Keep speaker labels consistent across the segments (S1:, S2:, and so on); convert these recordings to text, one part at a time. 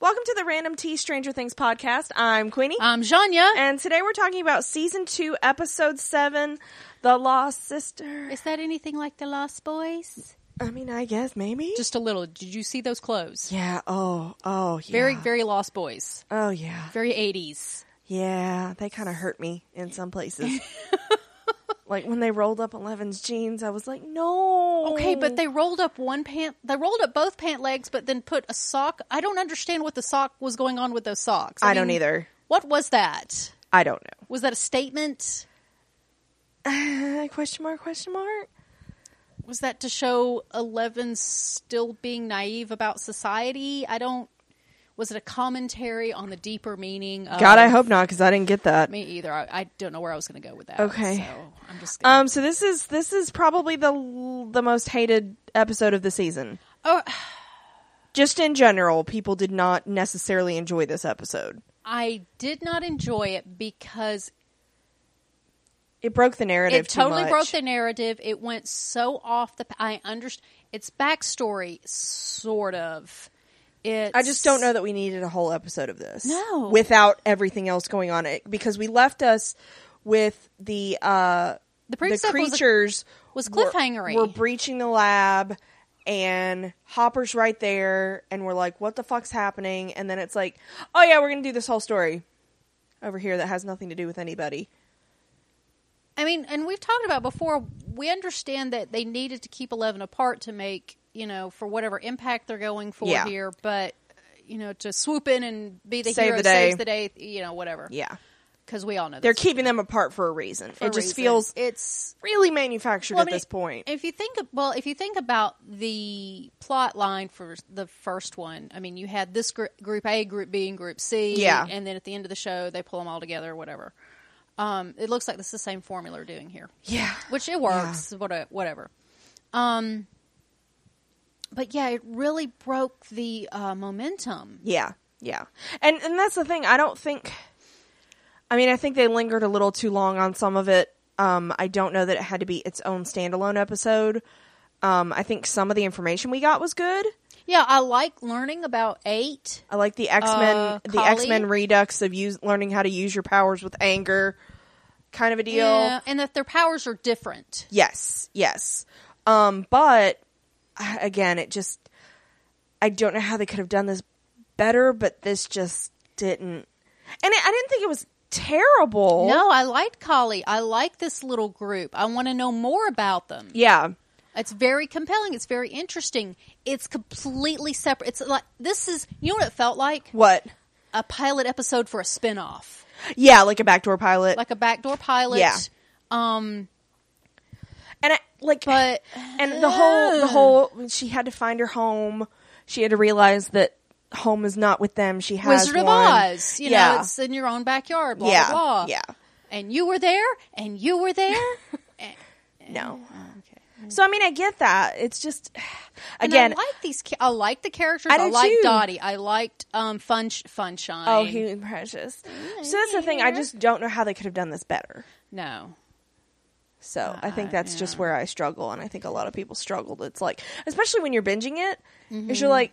S1: welcome to the Random Tea Stranger Things podcast. I'm Queenie.
S2: I'm Um, Janya.
S1: and today we're talking about season two, episode seven, The Lost Sister.
S2: Is that anything like The Lost Boys?
S1: I mean, I guess maybe.
S2: Just a little. Did you see those clothes?
S1: yeah. Oh, oh, yeah.
S2: Very, very Lost Boys.
S1: oh, yeah.
S2: Very 80s.
S1: Yeah. They kind of hurt me in some places. like when they rolled up Eleven's jeans, I was like, no.
S2: Okay, but they rolled up one pant. They rolled up both pant legs, but then put a sock. I don't understand what the sock was going on with those socks.
S1: I don't either.
S2: What was that?
S1: I don't know.
S2: Was that a statement?
S1: Uh, question mark, question mark?
S2: Was that to show Eleven still being naive about society? I don't. Was it a commentary on the deeper meaning? Of,
S1: God, I hope not because I didn't get that.
S2: Me either. I, I don't know where I was going to go with that.
S1: Okay.
S2: so I'm just. Gonna,
S1: Um, so this is this is probably the l- the most hated episode of the season.
S2: oh,
S1: Just in general, people did not necessarily enjoy this episode.
S2: I did not enjoy it because
S1: It broke the narrative.
S2: it
S1: too
S2: totally
S1: much.
S2: broke the narrative. It went so off the. I understand. It's backstory, sort of. It.
S1: I just don't know that we needed a whole episode of this.
S2: No.
S1: without everything else going on, it, because we left us with the uh,
S2: The
S1: the
S2: previous episode was a-
S1: creatures
S2: was
S1: were-
S2: cliffhangery.
S1: Were, breaching the lab, and Hopper's right there, and we're like, "What the fuck's happening?" And then it's like, "Oh yeah, we're gonna do this whole story over here that has nothing to do with anybody."
S2: I mean, and we've talked about before. We understand that they needed to keep Eleven apart to make you know for whatever impact they're going for
S1: Yeah.
S2: here, but you know to swoop in and be the
S1: Save
S2: hero
S1: the day.
S2: saves the day. You know whatever.
S1: Yeah,
S2: Because we all know
S1: they're
S2: this.
S1: keeping them apart for a reason.
S2: for
S1: it just
S2: reason.
S1: feels
S2: it's
S1: really manufactured
S2: Well,
S1: at
S2: I mean,
S1: this point.
S2: If you think, well, if you think about the plot line for the first one, I mean, you had this gr- group A, group B, and group C,
S1: Yeah.
S2: and then at the end of the show, they pull them all together, or whatever. Um, it looks like this is the same formula we're doing here,
S1: yeah,
S2: which it works, what- whatever. Um, but yeah, it really broke the uh, momentum.
S1: Yeah, yeah, and and that's the thing. I don't think. I mean, I think they lingered a little too long on some of it. Um, I don't know that it had to be its own standalone episode. Um, I think some of the information we got was good.
S2: Yeah, I like learning about eight.
S1: I like the X Men,
S2: Uh,
S1: the
S2: Kali?
S1: X Men Redux of use, learning how to use your powers with anger, kind of a deal.
S2: Yeah, and that their powers are different.
S1: Yes, yes. Um, but I- again, it just I don't know how they could have done this better, but this just didn't. And I I didn't think it was terrible.
S2: No, I liked Collie. I like this little group. I want to know more about them.
S1: Yeah.
S2: It's very compelling. It's very interesting. It's completely separate. It's like this is you know what it felt like
S1: What?
S2: a pilot episode for a spinoff,
S1: Yeah, like a backdoor pilot.
S2: like a backdoor pilot.
S1: Yeah.
S2: Um,
S1: and I, like
S2: but
S1: and the whole the whole when she had to find her home. She had to realize that home is not with them. She has
S2: Wizard of
S1: one.
S2: Oz, you
S1: yeah.
S2: know, it's in your own backyard. Blah
S1: yeah.
S2: blah blah.
S1: Yeah.
S2: And you were there, and you were there. And-
S1: No.
S2: okay.
S1: So I mean, I get that. It's just
S2: And
S1: again,
S2: I like these. ca- I like the characters.
S1: I
S2: I,
S1: do
S2: like
S1: too.
S2: Dottie. I liked um, Fun Funshine.
S1: Oh, human precious. So that's the thing. I just don't know how they could have done this better.
S2: no.
S1: So I think
S2: Uh,
S1: that's just
S2: yeah.
S1: where I struggle, and I think a lot of people struggled. It's like, especially when you're binging it, 'cause
S2: Mm-hmm.
S1: you're like,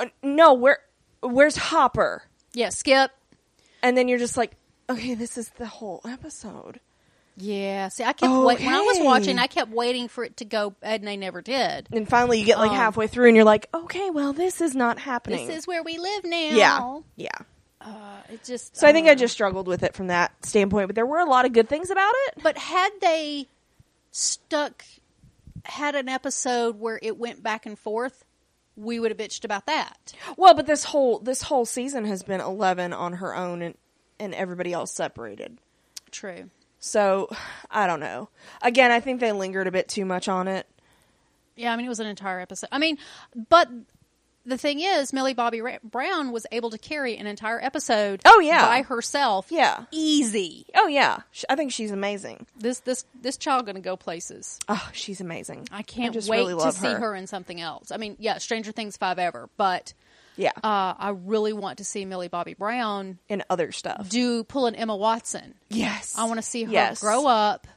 S1: uh, no, where, where's Hopper?
S2: Yeah, Skip.
S1: And then you're just like, okay, this is the whole episode.
S2: Yeah. See, I kept
S1: Oh,
S2: wait- when I was
S1: Okay.
S2: watching, I kept waiting for it to go, and they never did.
S1: And finally, you get like
S2: Um,
S1: halfway through, and you're like, okay, well, this is not happening.
S2: This is where we live now.
S1: yeah, yeah.
S2: Uh, it just.
S1: So I think I
S2: don't know.
S1: just struggled with it from that standpoint, but there were a lot of good things about it.
S2: But had they stuck, had an episode where it went back and forth, we would have bitched about that.
S1: Well, but this whole this whole season has been Eleven on her own and and everybody else separated.
S2: True.
S1: So I don't know. Again, I think they lingered a bit too much on it.
S2: Yeah, I mean, it was an entire episode. I mean, but the thing is, Millie Bobby Ra- Brown was able to carry an entire episode.
S1: Oh, yeah.
S2: by herself.
S1: Yeah.
S2: easy.
S1: Oh yeah, Sh- I think she's amazing.
S2: This this this child gonna go places.
S1: Oh, she's amazing.
S2: I can't
S1: just
S2: wait
S1: really
S2: to
S1: love
S2: see
S1: her.
S2: her in something else. I mean, yeah, Stranger Things five ever, but
S1: Yeah,
S2: uh, I really want to see Millie Bobby Brown
S1: in other stuff.
S2: do pull an Emma Watson.
S1: yes,
S2: I want to see her
S1: Yes.
S2: grow up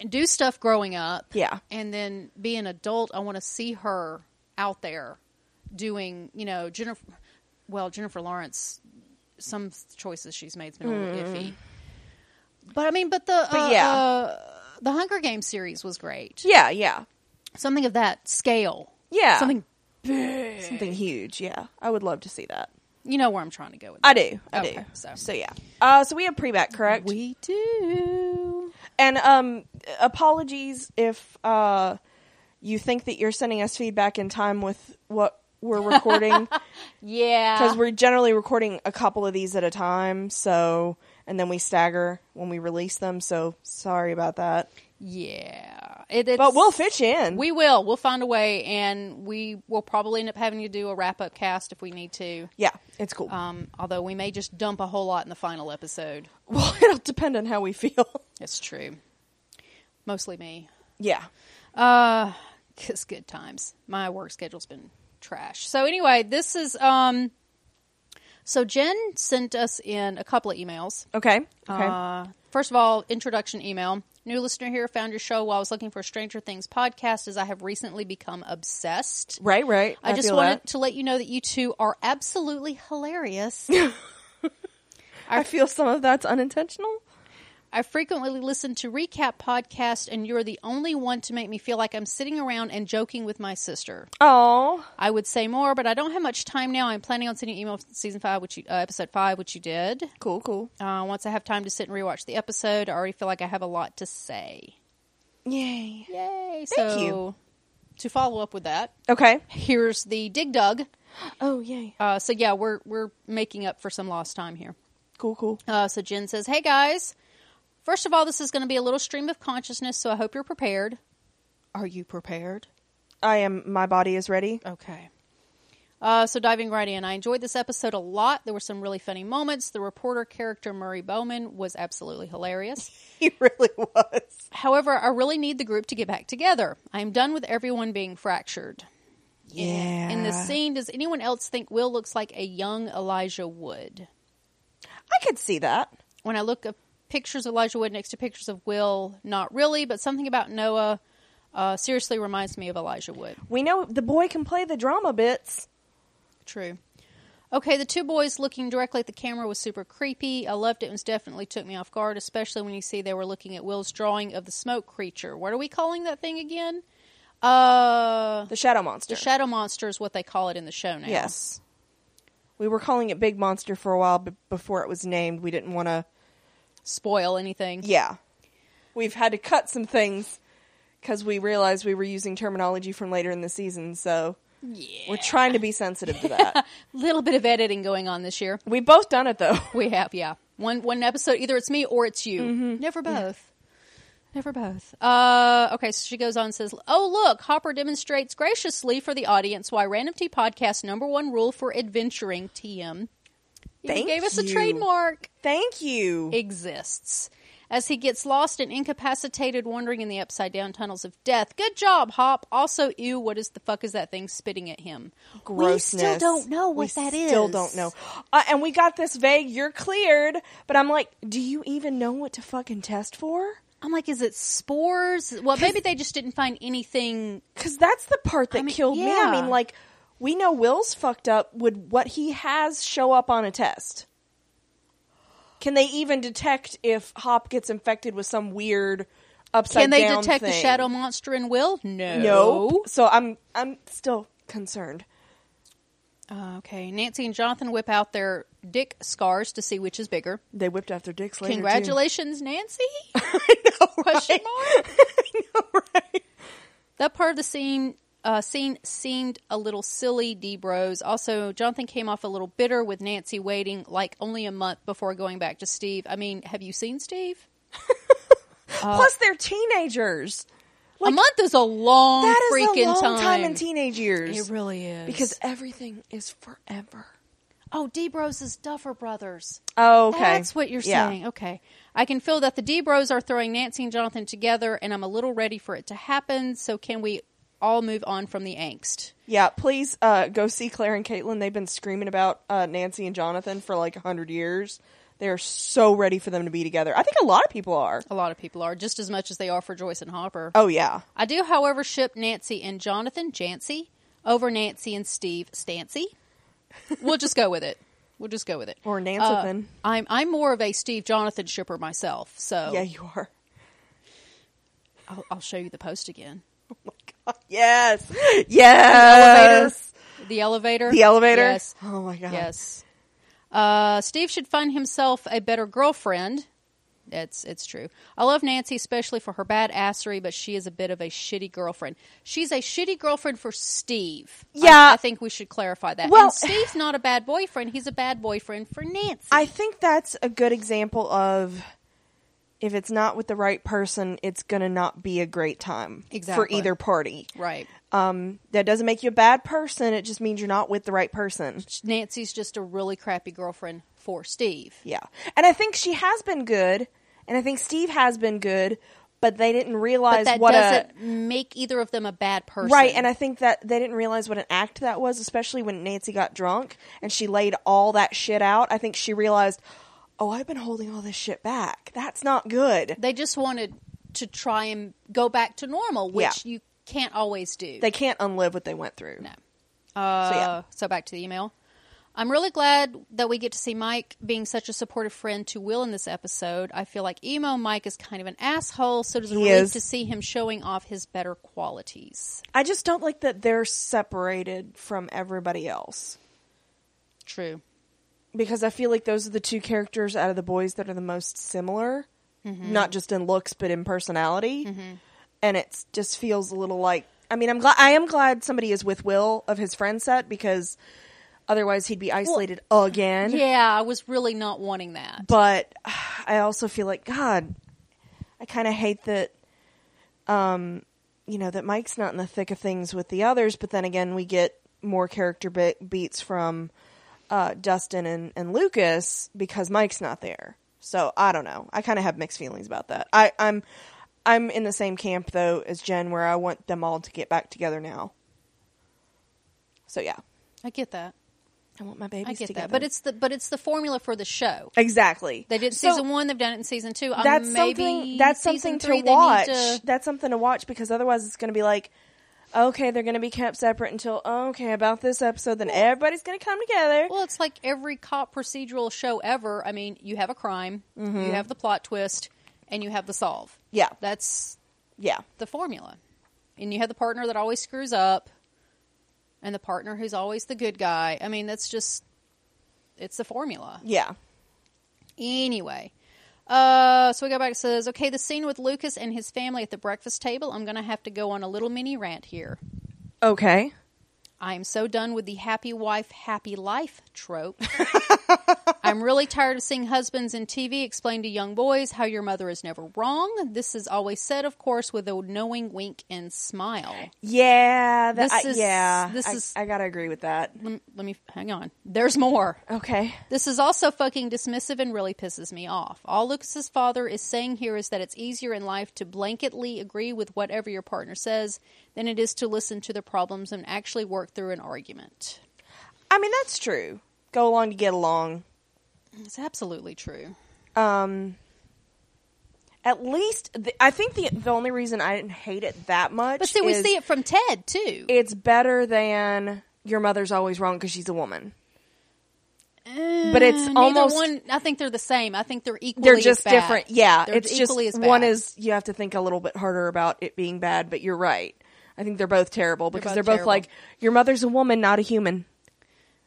S2: and do stuff growing up.
S1: Yeah.
S2: And then be an adult. I want to see her out there doing, you know, Jennifer well, Jennifer Lawrence, some choices she's made's been a little iffy. But I mean, but the
S1: Mm-hmm. But
S2: uh,
S1: yeah.
S2: uh, the Hunger Games series was great.
S1: Yeah, yeah,
S2: Something of that scale.
S1: Yeah.
S2: Something
S1: something huge. Yeah, I would love to see that.
S2: you know where I'm trying to go with.
S1: I
S2: that.
S1: do. I do.
S2: Okay,
S1: So.
S2: so.
S1: yeah. Uh, so we have pre-back, correct?
S2: We do.
S1: and um, apologies if uh, you think that you're sending us feedback in time with what we're recording,
S2: Yeah.
S1: because we're generally recording a couple of these at a time. So, and then we stagger when we release them. So sorry about that,
S2: yeah. It, it's,
S1: but we'll fit you in.
S2: We will. We'll find a way, and we will probably end up having to do a wrap up cast if we need to.
S1: yeah, it's cool.
S2: Um, although we may just dump a whole lot in the final episode.
S1: well, it'll depend on how we feel.
S2: It's true. Mostly me.
S1: yeah.
S2: Uh, it's good times. My work schedule's been trash. So anyway, this is um. So Jen sent us in a couple of emails.
S1: Okay. Okay.
S2: Uh, first of all, introduction email. New listener here found your show while I was looking for a Stranger Things podcast as I have recently become obsessed.
S1: right. Right.
S2: I, just
S1: feel
S2: wanted
S1: that.
S2: to let you know that you two are absolutely hilarious.
S1: I feel some of that's unintentional.
S2: I frequently listen to recap podcasts, and you're the only one to make me feel like I'm sitting around and joking with my sister.
S1: Oh.
S2: I would say more, but I don't have much time now. I'm planning on sending you email for season five, which you, uh, episode five, which you did.
S1: Cool. Cool.
S2: Uh, once I have time to sit and rewatch the episode, I already feel like I have a lot to say.
S1: Yay.
S2: Yay!
S1: Thank
S2: so,
S1: you.
S2: to follow up with that,
S1: Okay.
S2: here's the dig dug.
S1: Oh, yay.
S2: Uh, so yeah, we're we're making up for some lost time here.
S1: Cool, cool.
S2: Uh, so Jen says, "Hey guys, first of all, this is going to be a little stream of consciousness, so I hope you're prepared. Are you prepared?
S1: I am. My body is ready.
S2: Okay. Uh, so diving right in, I enjoyed this episode a lot. There were some really funny moments. The reporter character Murray Bowman was absolutely hilarious.
S1: He really was.
S2: However, I really need the group to get back together. I am done with everyone being fractured.
S1: Yeah.
S2: In this scene, does anyone else think Will looks like a young Elijah Wood?
S1: I could see that.
S2: when I look at pictures of Elijah Wood next to pictures of Will, not really, but something about Noah uh, seriously reminds me of Elijah Wood.
S1: We know the boy can play the drama bits.
S2: True. Okay, the two boys looking directly at the camera was super creepy. I loved it. It was definitely took me off guard, especially when you see they were looking at Will's drawing of the smoke creature. What are we calling that thing again? Uh,
S1: The shadow monster.
S2: the shadow monster is what they call it in the show now.
S1: Yes. We were calling it Big Monster for a while, but before it was named, we didn't want to.
S2: Spoil anything?
S1: Yeah. We've had to cut some things because we realized we were using terminology from later in the season, so
S2: Yeah.
S1: we're trying to be sensitive to that.
S2: Little bit of editing going on this year.
S1: We've both done it, though.
S2: We have, yeah. One one episode, either it's me or it's you.
S1: Mm-hmm.
S2: Never both. Never both. Uh, okay, so she goes on and says, Oh, look, Hopper demonstrates graciously for the audience why Random Tea Podcast number one rule for adventuring TM.
S1: Thank
S2: you gave us a
S1: you.
S2: trademark
S1: Thank you.
S2: exists. As he gets lost and incapacitated, wandering in the upside down tunnels of death. Good job, Hop. Also, ew, what is the fuck is that thing spitting at him?
S1: grossness.
S2: We still don't know
S1: We
S2: what that is.
S1: Still don't know. Uh, and we got this vague. You're cleared, but I'm like, do you even know what to fucking test for?
S2: I'm like, is it spores? Well, maybe they just didn't find anything
S1: Because that's the part that
S2: mean,
S1: killed me. I
S2: yeah.
S1: mean, like, we know Will's fucked up. Would what he has show up on a test? Can they even detect if Hop gets infected with some weird upside?
S2: Can they
S1: down
S2: detect the
S1: thing?
S2: shadow monster in Will? No.
S1: Nope. So I'm I'm still concerned.
S2: Uh, okay. Nancy and Jonathan whip out their dick scars to see which is bigger.
S1: They whipped after dicks later. too.
S2: Congratulations, Nancy? Question mark. That part of the scene uh, scene seemed a little silly, D Bros. Also, Jonathan came off a little bitter with Nancy waiting like only a month before going back to Steve. I mean, have you seen Steve?
S1: Plus, they're teenagers.
S2: a month is a long
S1: That is
S2: freaking
S1: a long time. in teenage years.
S2: It really is.
S1: because everything is forever.
S2: oh, D Bros is Duffer Brothers.
S1: Oh, okay.
S2: That's what you're
S1: Yeah.
S2: saying. Okay. I can feel that the D Bros are throwing Nancy and Jonathan together, and I'm a little ready for it to happen. So, can we all move on from the angst?
S1: Yeah, please uh, go see Claire and Caitlin. They've been screaming about uh, Nancy and Jonathan for like a hundred years. They are so ready for them to be together. I think a lot of people are.
S2: A lot of people are, just as much as they are for Joyce and Hopper.
S1: Oh yeah,
S2: I do, however, ship Nancy and Jonathan, Jancy, over Nancy and Steve, Stancy. we'll just go with it. We'll just go with it.
S1: Or
S2: Uh,
S1: Nansophin.
S2: I'm I'm more of a Steve Jonathan shipper myself, so
S1: yeah, you are.
S2: I'll, I'll show you the post again.
S1: Oh my god. Yes. Yes.
S2: The elevator.
S1: Uh, The elevator.
S2: Yes.
S1: Oh my god.
S2: Yes. Uh, Steve should find himself a better girlfriend. It's it's true. I love Nancy especially for her badassery, but she is a bit of a shitty girlfriend. She's a shitty girlfriend for Steve. I-
S1: Yeah.
S2: I, think we should clarify that.
S1: Well-
S2: and Steve's not a bad boyfriend; he's a bad boyfriend for Nancy.
S1: I think that's a good example of if it's not with the right person, it's gonna not be a great time
S2: Exactly.
S1: for either party.
S2: right?
S1: Um, that doesn't make you a bad person. It just means you're not with the right person.
S2: Nancy's just a really crappy girlfriend for Steve.
S1: Yeah. And I think she has been good, and I think Steve has been good, but they didn't realize
S2: But that
S1: what a
S2: doesn't make either of them a bad person,
S1: Right, and I think that they didn't realize what an act that was, especially when Nancy got drunk and she laid all that shit out. I think she realized, oh, I've been holding all this shit back. That's not good.
S2: they just wanted to try and go back to normal, which
S1: Yeah.
S2: you can't always do.
S1: They can't unlive what they went through.
S2: No. Uh, so,
S1: yeah.
S2: back to the email. I'm really glad that we get to see Mike being such a supportive friend to Will in this episode. I feel like emo Mike is kind of an asshole, so it is a
S1: He
S2: relief
S1: is.
S2: to see him showing off his better qualities.
S1: I just don't like that they're separated from everybody else
S2: True.
S1: because I feel like those are the two characters out of the boys that are the most similar, not just in looks but in personality. And it just feels a little like I mean I'm glad I am glad somebody is with Will of his friend set because otherwise he'd be isolated again.
S2: Yeah, I was really not wanting that.
S1: But I also feel like God, I kind of hate that. Um, you know that Mike's not in the thick of things with the others, but then again we get more character be- beats from uh, Dustin and, and Lucas because Mike's not there. So I don't know. I kind of have mixed feelings about that. I, I'm I'm in the same camp though as Jen, where I want them all to get back together now. So yeah,
S2: I get that.
S1: I want my babies
S2: I get
S1: together.
S2: that. But it's the but it's the formula for the show.
S1: exactly
S2: They did it in
S1: So-
S2: season one. They've done it in season two. Um,
S1: that's
S2: maybe
S1: something that's something
S2: season three,
S1: to
S2: they need
S1: watch
S2: to-
S1: that's something to watch because otherwise it's going to be like okay they're going to be kept separate until okay about this episode then everybody's going to come together
S2: Well, it's like every cop procedural show ever. I mean, you have a crime, you have the plot twist, and you have the solve.
S1: Yeah.
S2: That's
S1: yeah
S2: the formula. And you have the partner that always screws up and the partner who's always the good guy. I mean, that's just it's the formula.
S1: yeah
S2: Anyway, uh, so we go back. It says, okay, the scene with Lucas and his family at the breakfast table. I'm going to have to go on a little mini rant here.
S1: okay
S2: I'm so done with the happy wife, happy life trope. I'm really tired of seeing husbands in TV explain to young boys how your mother is never wrong. This is always said, of course, with a knowing wink and smile.
S1: yeah that,
S2: This
S1: I-
S2: is-
S1: yeah
S2: this
S1: I,
S2: is-
S1: I gotta agree with that
S2: Lem- Let me hang on. There's more.
S1: okay
S2: This is also fucking dismissive and really pisses me off. All Lucas's father is saying here is that it's easier in life to blanketly agree with whatever your partner says than it is to listen to their problems and actually work through an argument.
S1: i mean that's true go along to get along
S2: It's absolutely true.
S1: um at least the, i think the the only reason i didn't hate it that much
S2: But see, we
S1: is
S2: see it from Ted too.
S1: it's better than your mother's always wrong because she's a woman but it's
S2: Uh, neither
S1: almost-
S2: one. I think they're the same. I think they're equally.
S1: they're
S2: as
S1: just
S2: bad.
S1: different. Yeah,
S2: They're
S1: it's just
S2: equally as bad.
S1: one is you have to think a little bit harder about it being bad, but you're right. I think they're both terrible because
S2: both
S1: they're both,
S2: terrible.
S1: like your mother's a woman, not a human.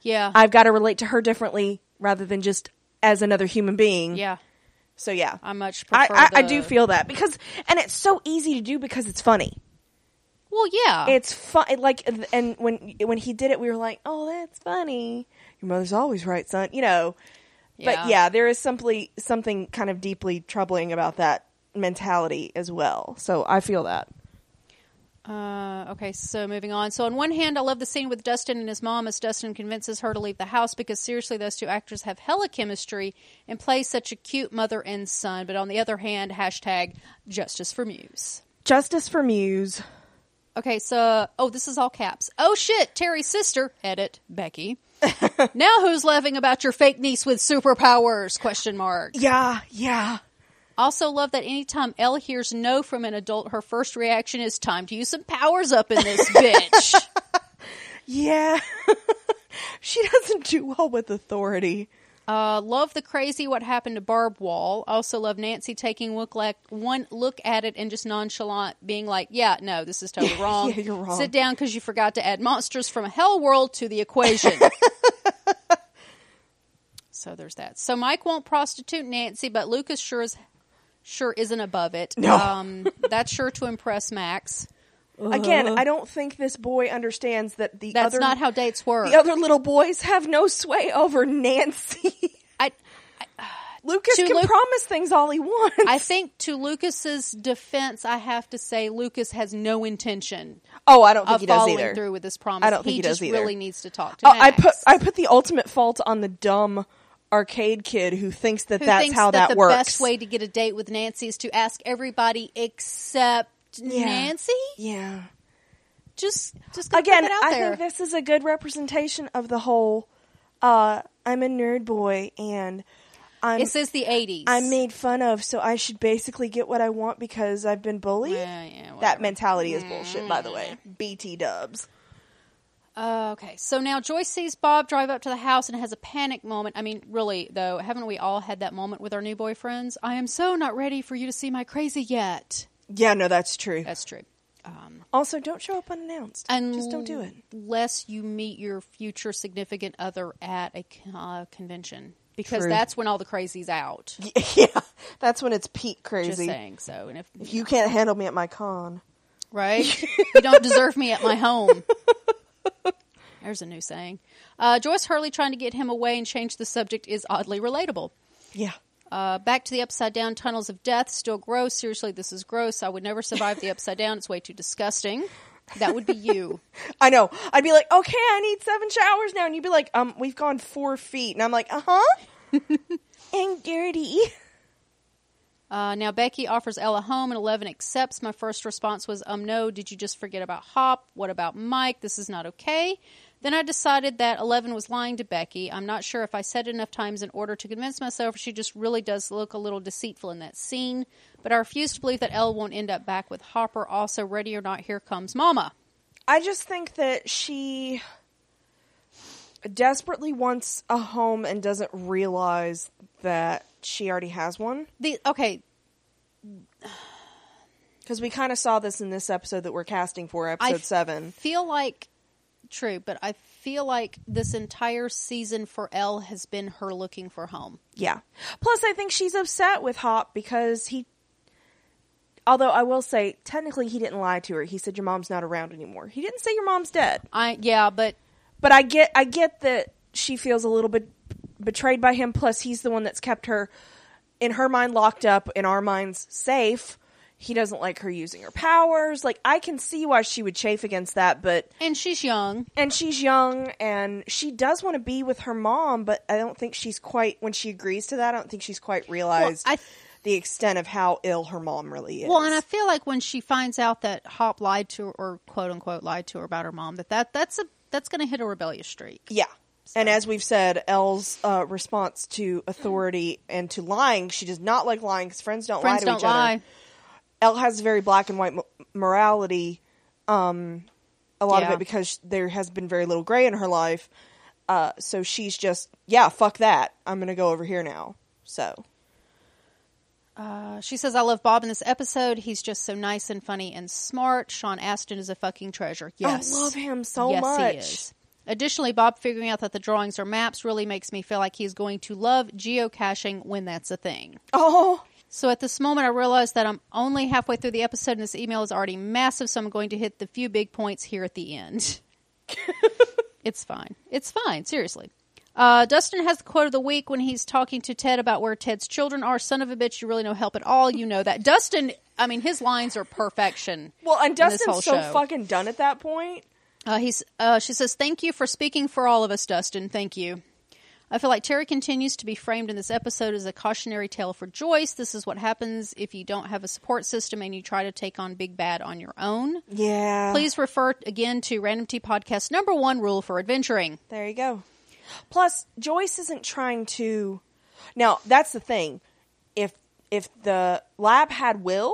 S2: yeah,
S1: I've got to relate to her differently rather than just as another human being.
S2: yeah.
S1: So yeah,
S2: I much
S1: I,
S2: prefer.
S1: I, I
S2: the-
S1: do feel that because and it's so easy to do because it's funny.
S2: Well, yeah.
S1: It's fun. Like and when when he did it, we were like, oh, that's funny. Your mother's always right, son. You know.
S2: Yeah.
S1: But yeah, there is simply something kind of deeply troubling about that mentality as well. So I feel that.
S2: Uh, okay, so moving on. So on one hand, I love the scene with Dustin and his mom as Dustin convinces her to leave the house because seriously, those two actors have hella chemistry and play such a cute mother and son. But on the other hand, hashtag justice for Muse.
S1: Justice for Muse.
S2: Okay, so oh, this is all caps. Oh shit, Terry's sister. Edit Becky. now who's laughing about your fake niece with superpowers? Question mark.
S1: Yeah, yeah.
S2: Also love that anytime Elle hears no from an adult, her first reaction is time to use some powers up in this bitch.
S1: Yeah. She doesn't do well with authority.
S2: Uh, love the crazy what happened to Barb Wall. Also love Nancy taking look like one look at it and just nonchalant being like, "Yeah, no, this is totally
S1: Yeah,
S2: wrong.
S1: yeah, you're wrong."
S2: Sit down because you forgot to add monsters from Hell World to the equation." so there's that. So Mike won't prostitute Nancy, but Lucas sure is sure isn't above it.
S1: No.
S2: um, that's sure to impress Max.
S1: Again, I don't think this boy understands that the
S2: Uh-huh. That's
S1: other
S2: not how dates work.
S1: the other little boys have no sway over Nancy.
S2: I
S1: Lucas
S2: To
S1: can
S2: Luke-
S1: promise things all he wants.
S2: I think to Lucas's defense, I have to say Lucas has no intention
S1: oh, I don't think
S2: of
S1: he does
S2: following
S1: either.
S2: through with this promise.
S1: I don't think he does
S2: just
S1: either.
S2: really needs to talk to
S1: Oh, I
S2: Max.
S1: put I put the ultimate fault on the dumb arcade kid who thinks that
S2: Who
S1: that's
S2: thinks
S1: how that,
S2: the
S1: works.
S2: best way to get a date with Nancy is to ask everybody except
S1: Yeah.
S2: Nancy?
S1: yeah.
S2: Just just gonna put
S1: Again,
S2: that out
S1: I
S2: there.
S1: think this is a good representation of the whole. Uh, I'm a nerd boy, and I'm
S2: it says the 80s.
S1: I'm made fun of, so I should basically get what I want because I've been bullied.
S2: Yeah, yeah,
S1: that
S2: whatever. Mm.
S1: mentality is bullshit, by the way. BT dubs.
S2: Uh, okay, so now Joyce sees Bob drive up to the house and has a panic moment. I mean, really, though, haven't we all had that moment with our new boyfriends? I am so not ready for you to see my crazy yet.
S1: Yeah, no, that's true.
S2: That's true. Um,
S1: also, don't show up unannounced.
S2: Unless
S1: Just don't do it.
S2: Unless you meet your future significant other at a uh, convention, because
S1: True.
S2: that's when all the crazy's out.
S1: Yeah, that's when it's peak
S2: Just
S1: crazy.
S2: saying. So, and if
S1: If you can't handle me at my con,
S2: right, you don't deserve me at my home. There's a new saying. Uh, Joyce Hurley trying to get him away and change the subject is oddly relatable.
S1: yeah.
S2: Uh, back to the upside down tunnels of death. Still gross. Seriously, this is gross. I would never survive the upside down. It's way too disgusting. That would be you.
S1: I know. I'd be like, okay, I need seven showers now, and you'd be like, um, we've gone four feet, and I'm like, uh huh, and dirty.
S2: Uh, now Becky offers Ella home and Eleven accepts. My first response was, um, no, did you just forget about Hop? What about Mike? This is not okay. Then I decided that Eleven was lying to Becky. I'm not sure if I said it enough times in order to convince myself she just really does look a little deceitful in that scene, but I refuse to believe that Elle won't end up back with Hopper. Also, ready or not, here comes Mama.
S1: I just think that she desperately wants a home and doesn't realize that she already has one.
S2: The okay,
S1: Because we kind of saw this in this episode that we're casting for,
S2: I
S1: episode
S2: f-
S1: seven.
S2: feel like true, but I feel like this entire season for Elle has been her looking for home.
S1: Yeah. Plus, I think she's upset with Hop because he. Although I will say, technically, he didn't lie to her. He said your mom's not around anymore. He didn't say your mom's dead.
S2: I yeah, but
S1: But I get, I get that she feels a little bit betrayed by him. Plus, he's the one that's kept her, in her mind, locked up. In our minds, safe. He doesn't like her using her powers. Like I can see why she would chafe against that, but
S2: and she's young.
S1: and she's young and she does want to be with her mom but i don't think she's quite when she agrees to that i don't think she's quite realized
S2: I-
S1: the extent of how ill her mom really is
S2: Well, and I feel like when she finds out that Hop lied to her, or quote unquote lied to her about her mom, that, that that's a that's going to hit a rebellious streak.
S1: yeah and as we've said elle's uh, response to authority and to lying she does not like lying because friends don't lie
S2: Friends
S1: to
S2: don't
S1: each
S2: lie.
S1: other elle has very black and white mo- morality um, a lot of
S2: Yeah.
S1: it because there has been very little gray in her life uh, so she's just yeah fuck that i'm gonna go over here now so
S2: Uh, she says, "I love Bob in this episode. He's just so nice and funny and smart. Sean Astin is a fucking treasure. Yes,
S1: I love him so
S2: yes,
S1: much.
S2: he is." Additionally, Bob figuring out that the drawings are maps really makes me feel like he's going to love geocaching when that's a thing.
S1: Oh,
S2: So at this moment, I realize that I'm only halfway through the episode, and this email is already massive. So I'm going to hit the few big points here at the end. it's fine. It's fine. Seriously. Uh, Dustin has the quote of the week when he's talking to Ted about where Ted's children are. Son of a bitch, you really no help at all. You know that. Dustin, I mean, his lines are perfection.
S1: well, and
S2: in this
S1: Dustin's
S2: whole
S1: so
S2: show.
S1: fucking done at that point.
S2: Uh, he's, uh, she says, Thank you for speaking for all of us, Dustin. Thank you. I feel like Terry continues to be framed in this episode as a cautionary tale for Joyce. This is what happens if you don't have a support system and you try to take on Big Bad on your own.
S1: Yeah,
S2: Please refer again to Random Tea Podcast number one rule for adventuring.
S1: There you go. Plus, Joyce isn't trying to. Now that's the thing. If if the lab had will,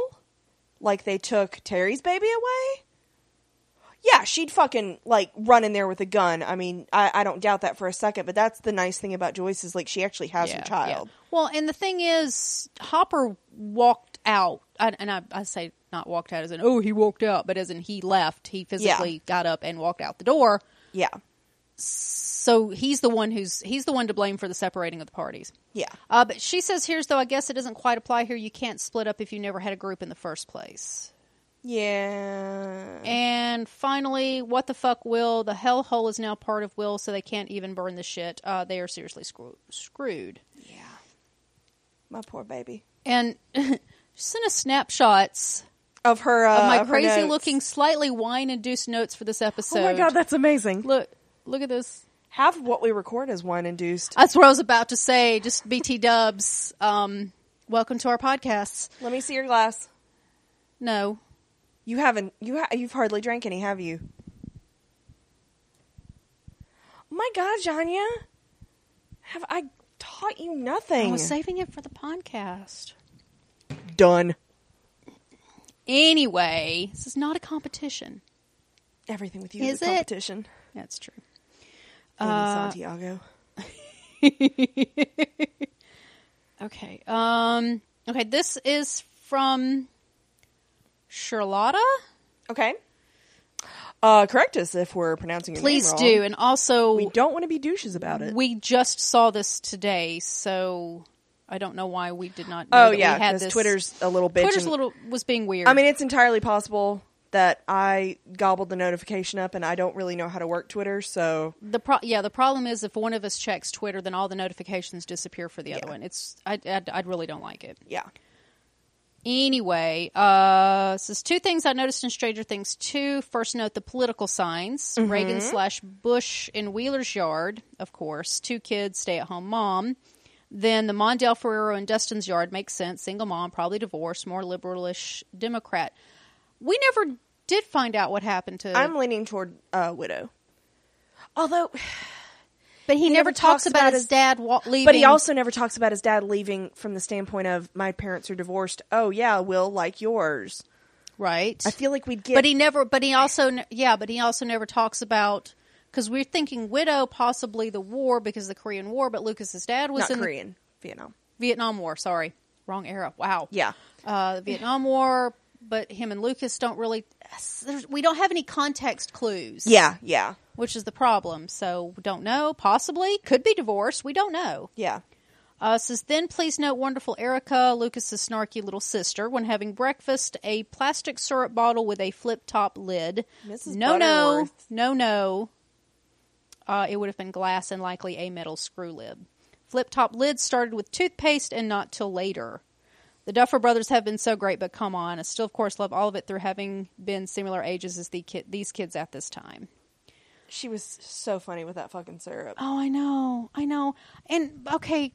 S1: like they took Terry's baby away, yeah, she'd fucking like run in there with a gun. I mean, I, I don't doubt that for a second, but that's the nice thing about Joyce is like she actually has her child.
S2: Well, and the thing is, Hopper walked out, I, and I, I say not walked out as in oh he walked out, but as in he left. He physically got up and walked out the door.
S1: Yeah.
S2: So he's the one who's he's the one to blame for the separating of the parties.
S1: Yeah.
S2: Uh, but she says here's though I guess it doesn't quite apply here. You can't split up if you never had a group in the first place.
S1: Yeah.
S2: And finally, what the fuck, Will? The hellhole is now part of Will, so they can't even burn the shit. Uh, they are seriously screw- screwed.
S1: yeah. My poor baby.
S2: And she sent us snapshots
S1: Of her uh,
S2: of my
S1: of her
S2: crazy
S1: notes.
S2: looking, slightly wine induced notes for this episode.
S1: Oh my god, that's amazing.
S2: Look, look at this.
S1: Half of what we record is wine induced.
S2: That's what I was about to say. Just BT dubs. Um, welcome to our podcasts.
S1: Let me see your glass.
S2: No.
S1: You haven't you ha- you've hardly drank any, have you? Oh my god, Janya. Have I taught you nothing?
S2: I was saving it for the podcast.
S1: Done.
S2: Anyway, this is not a competition.
S1: Everything with you is,
S2: Is
S1: a
S2: it?
S1: competition.
S2: That's true.
S1: Andy
S2: Uh,
S1: Santiago.
S2: Okay. Um okay, this is from Charlotta.
S1: Okay. Uh, correct us if we're pronouncing your
S2: Please
S1: name wrong.
S2: do. And also
S1: We
S2: we,
S1: don't want to be douches about it.
S2: just saw this today, so I don't know why we did not know
S1: oh
S2: that
S1: yeah,
S2: we had
S1: because
S2: this.
S1: Twitter's a little bitch.
S2: Twitter's
S1: and-
S2: a little was being weird.
S1: I mean, it's entirely possible that I gobbled the notification up, and I don't really know how to work Twitter, so
S2: the pro- yeah, the problem is if one of us checks Twitter, then all the notifications disappear for the other one. It's I, I I really don't like it.
S1: yeah.
S2: Anyway, uh, says two things I noticed in Stranger Things 2. First, note the political signs Reagan slash Bush in Wheeler's Yard, of course, two kids, stay at home mom. Then the Mondale Ferrero in Dustin's Yard makes sense. Single mom, probably divorced, more liberalish Democrat. We never did find out what happened to
S1: I'm leaning toward uh, widow. Although,
S2: but he, never, talks, about, his, dad wa- leaving.
S1: but he also never talks about his dad leaving from the standpoint of my parents are divorced. Oh yeah, will like yours.
S2: right.
S1: I feel like we'd get.
S2: but he never but he also ne- yeah but he also never talks about because we're thinking widow possibly the war because of the korean war but lucas's dad was
S1: not
S2: in the
S1: Korean, Vietnam.
S2: vietnam war sorry wrong era wow
S1: Yeah.
S2: uh, the vietnam war but him and lucas don't really there's- we don't have any context clues
S1: Yeah. Yeah.
S2: which is the problem so we don't know possibly could be divorced we don't know
S1: Yeah.
S2: uh, says then, please note, wonderful Erica, Lucas's snarky little sister, when having breakfast, a plastic syrup bottle with a flip top lid.
S1: Mrs.
S2: No, no,
S1: Butterworth.
S2: no, no. Uh, it would have been glass and likely a metal screw lid. Flip top lid started with toothpaste and not till later. The Duffer Brothers have been so great, but come on, I still, of course, love all of it through having been similar ages as the ki- these kids at this time.
S1: She was so funny with that fucking syrup.
S2: Oh, I know. I know. And okay,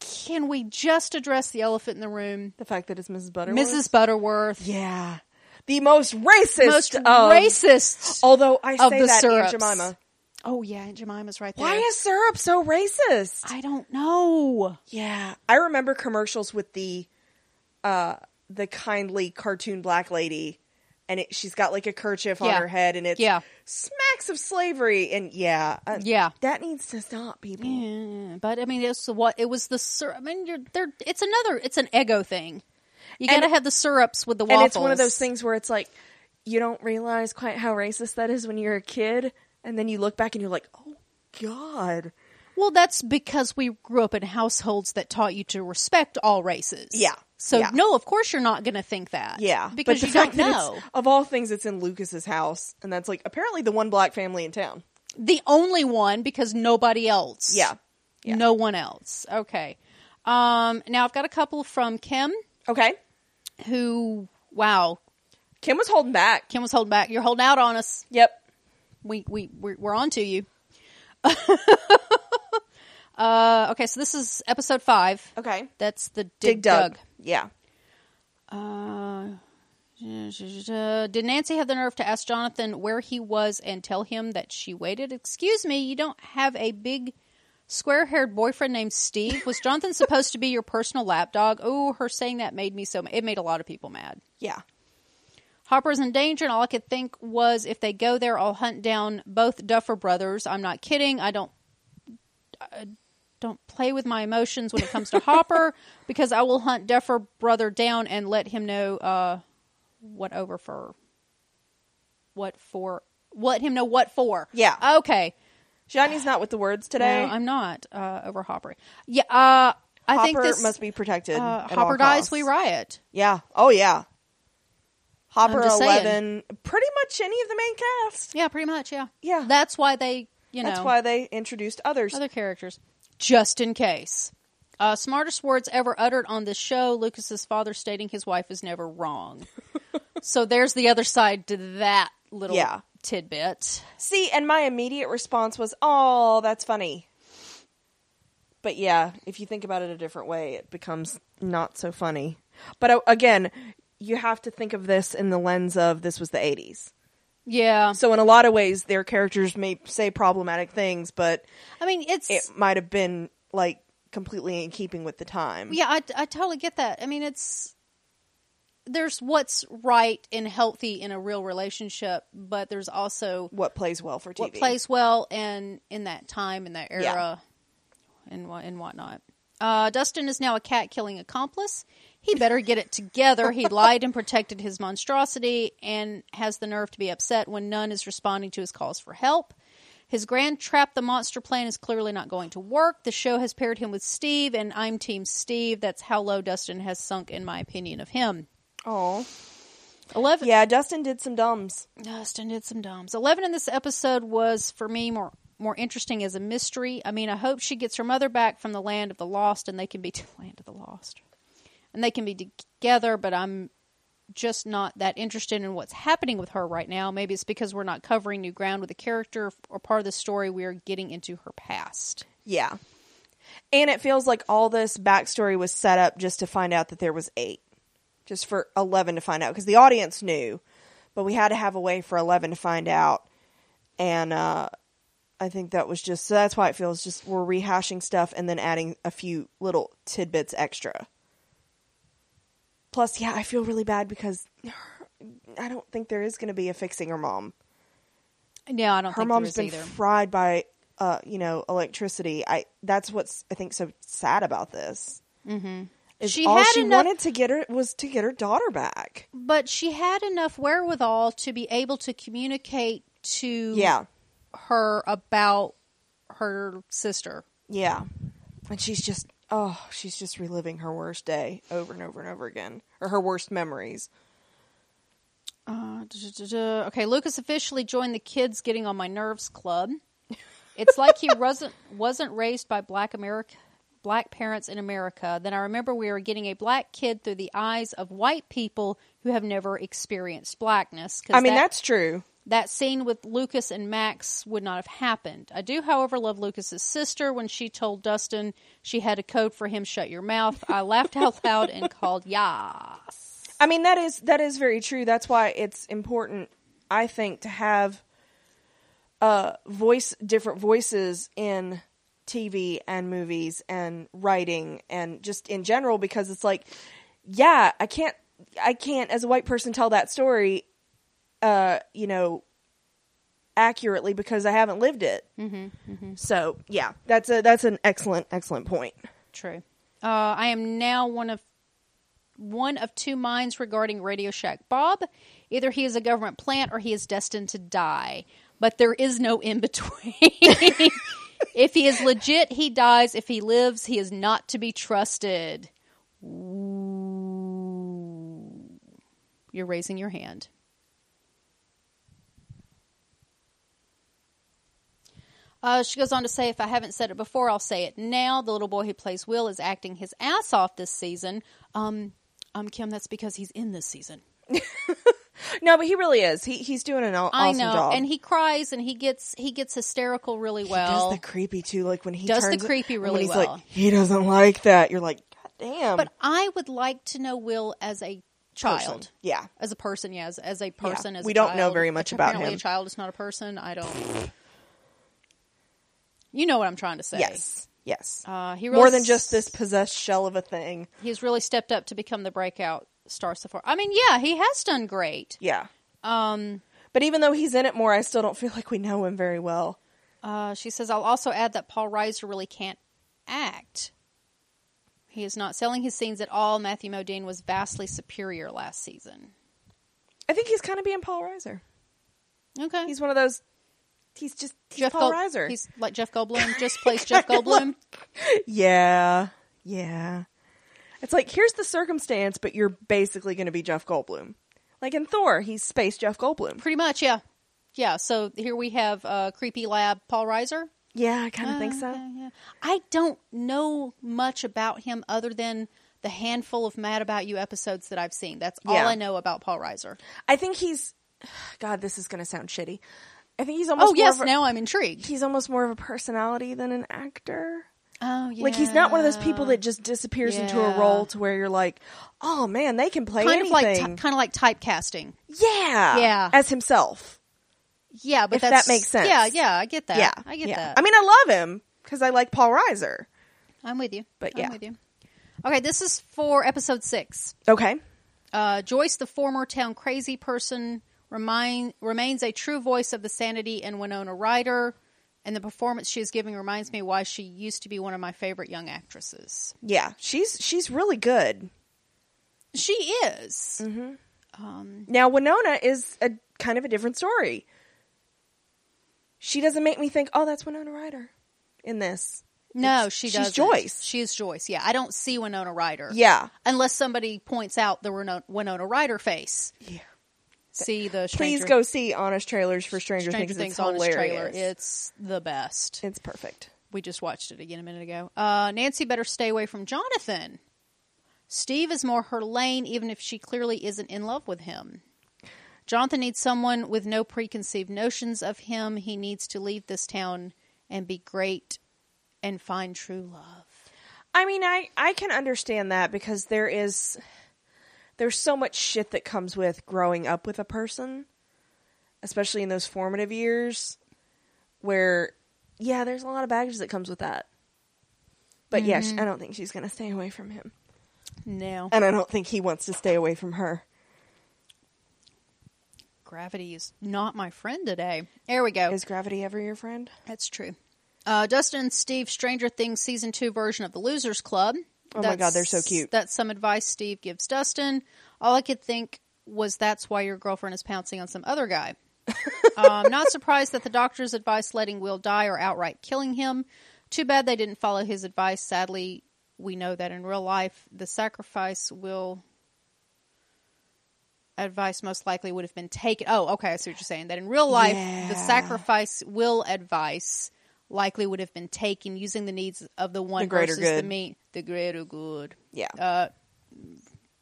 S2: can we just address the elephant in the room?
S1: The fact that it's Mrs. Butterworth.
S2: Mrs. Butterworth,
S1: Yeah. The most racist. um,
S2: most
S1: of-
S2: racist.
S1: Although I
S2: of
S1: say
S2: the
S1: that
S2: syrups.
S1: Aunt Jemima.
S2: Oh yeah, Aunt Jemima's right there.
S1: Why is syrup so racist?
S2: I don't know.
S1: Yeah, I remember commercials with the uh the kindly cartoon black lady and it, she's got like a kerchief on
S2: Yeah.
S1: her head and it's
S2: Yeah.
S1: smacks of slavery and yeah. uh,
S2: Yeah. Mm.
S1: That needs to stop people.
S2: Yeah, But I mean, it's what it was the syrup. I mean, you're there. It's another. It's an ego thing. You
S1: And-
S2: gotta have the syrups with the waffles.
S1: And it's one of those things where it's like you don't realize quite how racist that is when you're a kid and then you look back and you're like, "Oh god."
S2: Well, that's because we grew up in households that taught you to respect all races.
S1: Yeah.
S2: So
S1: Yeah.
S2: no, of course you're not gonna think that.
S1: Yeah,
S2: Because
S1: but
S2: you
S1: the
S2: don't
S1: fact that it's-
S2: know.
S1: Of all things, it's in Lucas's house, and that's like apparently the one black family in town.
S2: the only one because nobody else.
S1: Yeah. Yeah.
S2: No one else. Okay. Um, now I've got a couple from Kim
S1: Okay,
S2: who, wow,
S1: Kim was holding back.
S2: Kim was holding back. You're holding out on us.
S1: Yep.
S2: We, we, we're, we're on to you. uh, okay. So this is episode five.
S1: Okay.
S2: That's the Dig,
S1: Dig Dug.
S2: Dug.
S1: Yeah.
S2: Uh, did Nancy have the nerve to ask Jonathan where he was and tell him that she waited? Excuse me, you don't have a big square haired boyfriend named Steve? Was Jonathan supposed to be your personal lapdog? Oh, her saying that made me so ma- It made a lot of people mad.
S1: Yeah.
S2: Hopper's in danger, and all I could think was if they go there, I'll hunt down both Duffer brothers. I'm not kidding. I don't don't play with my emotions when it comes to Hopper because I will hunt Duffer brother down and let him know uh, what over for what for let him know what for.
S1: Yeah.
S2: Okay.
S1: Johnny's not with the words today.
S2: No, I'm not uh, over Hopper. Yeah. Uh, I
S1: Hopper
S2: think this
S1: must be protected.
S2: uh,
S1: at all
S2: Hopper dies,
S1: costs.
S2: we riot.
S1: Yeah. Oh yeah. Hopper
S2: just saying.
S1: eleven. Pretty much any of the main cast.
S2: Yeah, pretty much. Yeah.
S1: Yeah.
S2: That's why they you know
S1: That's why they introduced others.
S2: Other characters. Just in case. Uh, smartest words ever uttered on this show Lucas's father stating his wife is never wrong. so there's the other side to that little
S1: Yeah.
S2: tidbit.
S1: See, and my immediate response was, "Oh, that's funny." But yeah, if you think about it a different way, it becomes not so funny. But uh, again, you have to think of this in the lens of this was the 80s.
S2: Yeah.
S1: So in a lot of ways their characters may say problematic things, but
S2: I mean, it's.
S1: it might have been like completely in keeping with the time.
S2: yeah, I, I totally get that. I mean, it's. There's what's right and healthy in a real relationship, but there's also
S1: What plays well for TV.
S2: what plays well and in that time in that era
S1: Yeah.
S2: and what and whatnot uh, dustin is now a cat killing accomplice he better get it together he lied and protected his monstrosity and has the nerve to be upset when none is responding to his calls for help his grand trap the monster plan is clearly not going to work the show has paired him with steve and i'm team steve that's how low dustin has sunk in my opinion of him
S1: Oh.
S2: 11
S1: Yeah, Dustin did some dumbs.
S2: Dustin did some doms. Eleven in this episode was for me more more interesting as a mystery. I mean, I hope she gets her mother back from the land of the lost, and they can be land of the lost, and they can be together. But I'm just not that interested in what's happening with her right now. Maybe it's because we're not covering new ground with a character or part of the story. We are getting into her past.
S1: Yeah. And it feels like all this backstory was set up just to find out that there was eight. Just for 11 to find out. Because the audience knew. But we had to have a way for 11 to find out. And uh, I think that was just... So that's why it feels just we're rehashing stuff and then adding a few little tidbits extra. Plus, yeah, I feel really bad because... I don't think there is going to be a fixing her mom
S2: No, I don't.
S1: her
S2: think
S1: mom's
S2: there
S1: been
S2: is either.
S1: fried by uh, you know electricity i that's what's i think so sad about this mm-hmm.
S2: She
S1: all
S2: had
S1: she
S2: enough-
S1: wanted to get her was to get her daughter back
S2: but she had enough wherewithal to be able to communicate to
S1: yeah
S2: her about her sister.
S1: yeah and she's just oh she's just reliving her worst day over and over and over again or her worst memories
S2: Uh, duh, duh, duh, duh. Okay, Lucas officially joined the Kids Getting on My Nerves Club. It's like he wasn't wasn't raised by black America black parents in America. Then I remember we were getting a black kid through the eyes of white people who have never experienced blackness. 'cause
S1: i mean
S2: that-
S1: that's true
S2: that scene with Lucas and Max would not have happened. I do, however, love Lucas's sister when she told Dustin she had a code for him. Shut your mouth. I laughed out loud and called "Yeah."
S1: I mean that is that is very true. That's why it's important, I think, to have uh voice different voices in TV and movies and writing and just in general because it's like yeah, I can't I can't as a white person tell that story uh you know accurately because I haven't lived it. Mm-hmm, So, yeah, that's a that's an excellent excellent point.
S2: True. Uh, I am now one of one of two minds regarding Radio Shack Bob. Either he is a government plant or he is destined to die. But there is no in between. if he is legit, he dies. If he lives, he is not to be trusted. Ooh. You're raising your hand. Uh, she goes on to say, if I haven't said it before, I'll say it now. The little boy who plays Will is acting his ass off this season. Um, um, Kim, that's because he's in this season.
S1: No, but he really is. He he's doing an aw- awesome
S2: I know,
S1: job.
S2: and he cries and he gets he gets hysterical really well.
S1: does the creepy too. Like when he
S2: Does the
S1: turns-
S2: creepy
S1: when
S2: really
S1: he's
S2: well.
S1: Like, he doesn't like that. You're like, God damn.
S2: but I would like to know Will as a
S1: person."
S2: child,
S1: Yeah.
S2: as a person, yes, as a person. As
S1: We
S2: a
S1: don't know
S2: child.
S1: very much about
S2: Apparently
S1: him.
S2: A child is not a person. I don't. You know what I'm trying to say?
S1: Yes. Yes.
S2: Uh, he really
S1: More than
S2: s-
S1: just this possessed shell of a thing.
S2: He's really stepped up to become the breakout star so far. I mean, yeah, he has done great.
S1: Yeah.
S2: Um,
S1: But even though he's in it more, I still don't feel like we know him very well.
S2: uh, she says, I'll also add that Paul Reiser really can't act. He is not selling his scenes at all. Matthew Modine was vastly superior last season.
S1: I think he's kind of being Paul Reiser.
S2: Okay.
S1: He's one of those. He's just he's Paul
S2: Gold-
S1: Reiser.
S2: He's like Jeff Goldblum. Just plays Jeff Goldblum.
S1: Yeah, yeah. It's like here's the circumstance, but you're basically going to be Jeff Goldblum. Like in Thor, he's space Jeff Goldblum.
S2: Pretty much, yeah. Yeah, so here we have uh, Creepy Lab Paul Reiser.
S1: Yeah, I kind of think
S2: Yeah,
S1: so.
S2: yeah. I don't know much about him other than the handful of Mad About You episodes that I've seen. That's all
S1: Yeah.
S2: I know about Paul Reiser.
S1: I think he's. God, this is going to sound shitty. I think he's almost.
S2: oh, yes,
S1: more of a,
S2: now I'm intrigued.
S1: he's almost more of a personality than an actor.
S2: Oh, yeah.
S1: Like he's not one of those people that just disappears into a
S2: Yeah.
S1: role to where you're like, oh man, they can play
S2: kind
S1: anything.
S2: of like kind of like typecasting.
S1: yeah,
S2: Yeah.
S1: as himself.
S2: Yeah, but
S1: If that
S2: that's,
S1: makes sense.
S2: Yeah, yeah, I get that.
S1: yeah,
S2: I get
S1: yeah.
S2: that.
S1: I mean, I love him because I like Paul Reiser.
S2: I'm with you.
S1: But
S2: I'm
S1: yeah.
S2: with you. Okay, this is for episode six.
S1: Okay.
S2: Uh, Joyce, the former town crazy person, remind, remains a true voice of the sanity in Winona Ryder, and the performance she is giving reminds me why she used to be one of my favorite young actresses.
S1: Yeah, she's she's really good.
S2: She is.
S1: Mm-hmm.
S2: Um,
S1: Now Winona is a kind of a different story. She doesn't make me think, oh, that's Winona Ryder in this.
S2: No,
S1: It's-
S2: she
S1: she's
S2: doesn't.
S1: Joyce.
S2: She is Joyce. Yeah, I don't see Winona Ryder.
S1: Yeah.
S2: unless somebody points out the Winona, Winona Ryder face.
S1: Yeah.
S2: See the
S1: Please
S2: Stranger-
S1: go see Honest Trailers for Stranger,
S2: Stranger
S1: Things.
S2: Things
S1: It's
S2: on
S1: hilarious.
S2: trailer. It's the best.
S1: it's perfect.
S2: We just watched it again a minute ago. Uh, Nancy better stay away from Jonathan. Steve is more her lane, even if she clearly isn't in love with him. Jonathan needs someone with no preconceived notions of him. He needs to leave this town and be great and find true love.
S1: I mean, I I can understand that because there is there's so much shit that comes with growing up with a person, especially in those formative years where yeah, there's a lot of baggage that comes with that. But yeah, she, I don't think she's going to stay away from him.
S2: No.
S1: And I don't think he wants to stay away from her.
S2: Gravity is not my friend today. There we go.
S1: Is gravity ever your friend?
S2: That's true. Uh, Dustin and Steve, Stranger Things season two version of the Losers Club.
S1: Oh my God, they're so cute.
S2: That's some advice Steve gives Dustin. All I could think was that's why your girlfriend is pouncing on some other guy. um, not surprised that the doctor's advice letting Will die or outright killing him. Too bad they didn't follow his advice. Sadly, we know that in real life, the sacrifice will advice most likely would have been taken. Oh, okay, I see what you're saying. That in real life, the
S1: Yeah.
S2: sacrifice will advice likely would have been taken using the needs of the one
S1: The greater
S2: versus the
S1: good.
S2: me, the greater good.
S1: Yeah.
S2: Uh,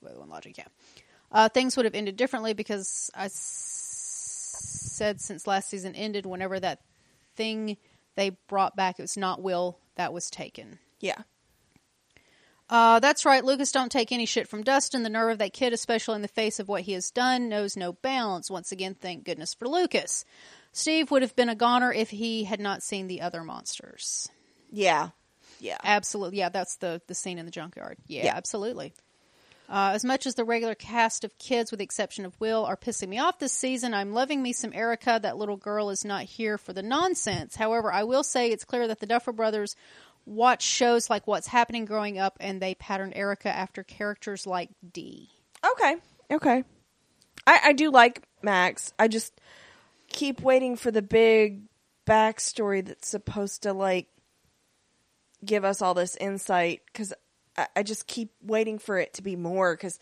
S2: well, in logic, yeah. Uh, things would have ended differently because I s- said since last season ended, whenever that thing they brought back, it was not Will that was taken.
S1: yeah.
S2: Uh, that's right. Lucas don't take any shit from Dustin. The nerve of that kid, especially in the face of what he has done, knows no bounds. Once again, thank goodness for Lucas. Steve would have been a goner if he had not seen the other monsters.
S1: Yeah. Yeah.
S2: Absolutely. Yeah, that's the, the scene in the junkyard. Yeah,
S1: Yeah.
S2: absolutely. Uh, as much as the regular cast of kids, with the exception of Will, are pissing me off this season, I'm loving me some Erica. That little girl is not here for the nonsense. However, I will say it's clear that the Duffer Brothers watch shows like What's Happening Growing Up, and they patterned Erica after characters like Dee.
S1: Okay. Okay. I, I do like Max. I just keep waiting for the big backstory that's supposed to like give us all this insight because I, I just keep waiting for it to be more because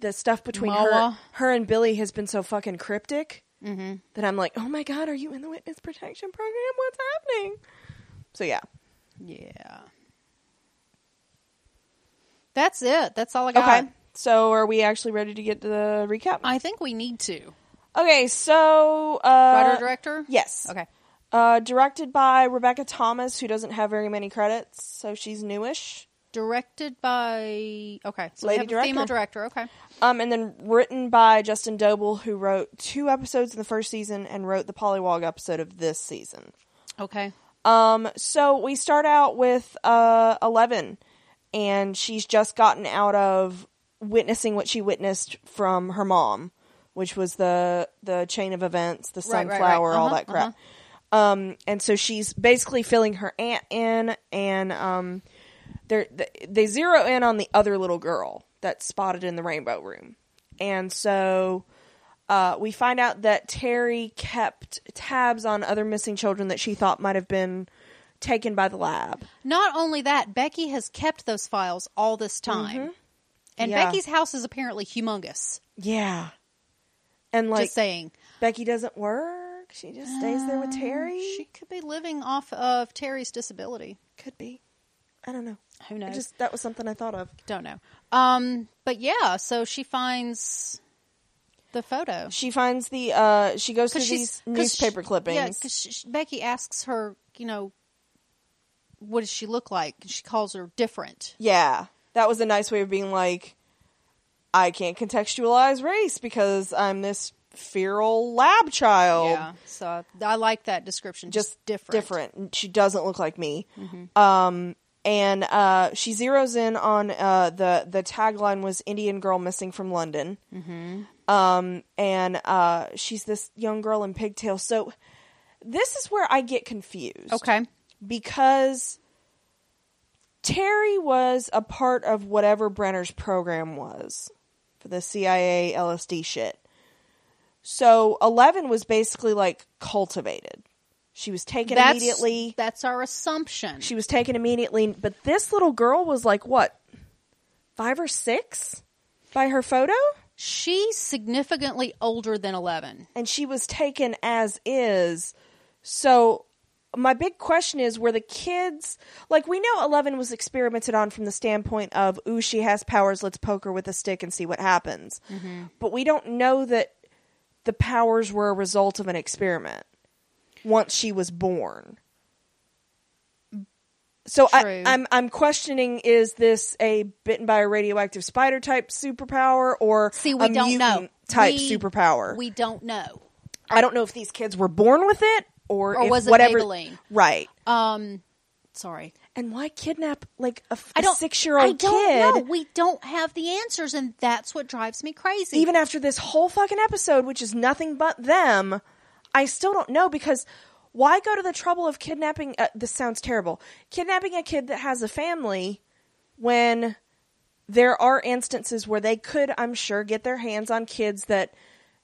S1: the stuff between
S2: Moa. Mm-hmm.
S1: her her and Billy has been so fucking cryptic that I'm like, oh my god, are you in the witness protection program? What's happening? So yeah.
S2: Yeah. That's it. That's all I got.
S1: Okay. So are we actually ready to get to the recap?
S2: I think we need to.
S1: okay. So uh,
S2: Writer, director?
S1: Yes.
S2: Okay.
S1: Uh, directed by Rebecca Thomas, who doesn't have very many credits, so she's newish.
S2: Directed by okay, so we
S1: Lady
S2: have a female director. Okay,
S1: Um, and then written by Justin Doble, who wrote two episodes in the first season and wrote the Pollywog episode of this season.
S2: okay,
S1: Um, so we start out with uh, Eleven, and she's just gotten out of witnessing what she witnessed from her mom, which was the the chain of events, the
S2: Right, right, right.
S1: sunflower, all
S2: Uh-huh,
S1: that crap. Um, and so she's basically filling her aunt in, and um, they're, they they zero in on the other little girl that's spotted in the rainbow room, and so. Uh, we find out that Terry kept tabs on other missing children that she thought might have been taken by the lab.
S2: Not only that, Becky has kept those files all this time.
S1: Mm-hmm.
S2: And
S1: Yeah.
S2: Becky's house is apparently humongous.
S1: Yeah. And like
S2: just saying.
S1: Becky doesn't work. She just stays there with Terry.
S2: Um, She could be living off of Terry's disability.
S1: could be. I don't know.
S2: Who
S1: I
S2: knows?
S1: just that was something I thought of.
S2: Don't know. Um, but yeah, so she finds the photo.
S1: She finds the uh she goes through
S2: 'Cause
S1: these
S2: she's- 'cause
S1: newspaper
S2: she-
S1: clippings.
S2: Yeah, because Becky asks her, you know, what does she look like? And she calls her different.
S1: Yeah. That was a nice way of being like I can't contextualize race because I'm this feral lab child.
S2: Yeah, so I, I like that description. Just,
S1: just
S2: different.
S1: Different. She doesn't look like me. Um, and uh, she zeroes in on uh, the the tagline was Indian girl missing from London. Um, and uh, she's this young girl in pigtails. So this is where I get confused
S2: Okay.
S1: because Terry was a part of whatever Brenner's program was for the CIA LSD shit. So Eleven was basically like cultivated. She was taken
S2: That's,
S1: immediately.
S2: That's our assumption.
S1: She was taken immediately, but this little girl was like what, five or six, by her photo,
S2: She's significantly older than 11.
S1: and she was taken as is. So my big question is were the kids like we know 11 was experimented on from the standpoint of ooh she has powers let's poke her with a stick and see what happens
S2: Mm-hmm.
S1: but we don't know that the powers were a result of an experiment once she was born so I,
S2: True.
S1: I'm I'm questioning is this a bitten by a radioactive spider type superpower or
S2: See, we
S1: a
S2: don't know.
S1: mutant type
S2: We-
S1: superpower?
S2: We don't know.
S1: I don't know if these kids were born with it or,
S2: Or
S1: if
S2: was it
S1: whatever
S2: Maybelline?
S1: right.
S2: Um, sorry.
S1: And why kidnap like a
S2: I don't.
S1: six year old
S2: I don't
S1: kid?
S2: know. We don't have the answers, and that's what drives me crazy.
S1: Even after this whole fucking episode, which is nothing but them, I still don't know because why go to the trouble of kidnapping? Uh, this sounds terrible. Kidnapping a kid that has a family when there are instances where they could, I'm sure, get their hands on kids that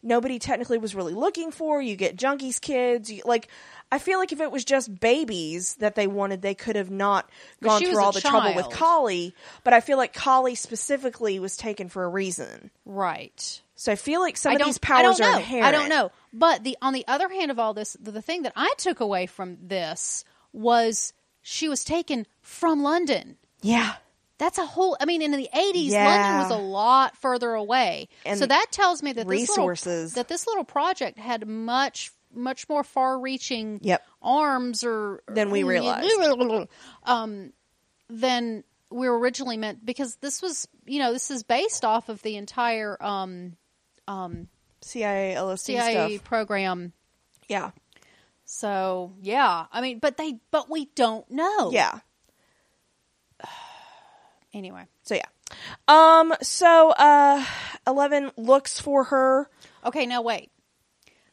S1: nobody technically was really looking for. You get junkies kids. You, like, I feel like if it was just babies that they wanted, they could have not gone
S2: she
S1: through
S2: was a
S1: all the trouble with
S2: child.
S1: Collie. But I feel like Collie specifically was taken for a reason.
S2: right.
S1: So I feel like some
S2: I
S1: of
S2: don't.
S1: these
S2: I don't
S1: powers
S2: know.
S1: are inherent.
S2: I don't know. But the on the other hand of all this, the, the thing that I took away from this was she was taken from London.
S1: Yeah.
S2: That's a whole. I mean, in the eighties,
S1: Yeah.
S2: London was a lot further away,
S1: And
S2: so that tells me that this
S1: resources.
S2: little, that this little project had much much more far reaching
S1: Yep.
S2: arms or
S1: Than we realized.
S2: um, than we were originally meant because this was you know this is based off of the entire um, um,
S1: CIA LSD
S2: CIA
S1: stuff.
S2: program.
S1: Yeah.
S2: So yeah, I mean, but they but we don't know.
S1: Yeah.
S2: Anyway.
S1: So yeah. Um so uh 11 looks for her.
S2: Okay, now wait.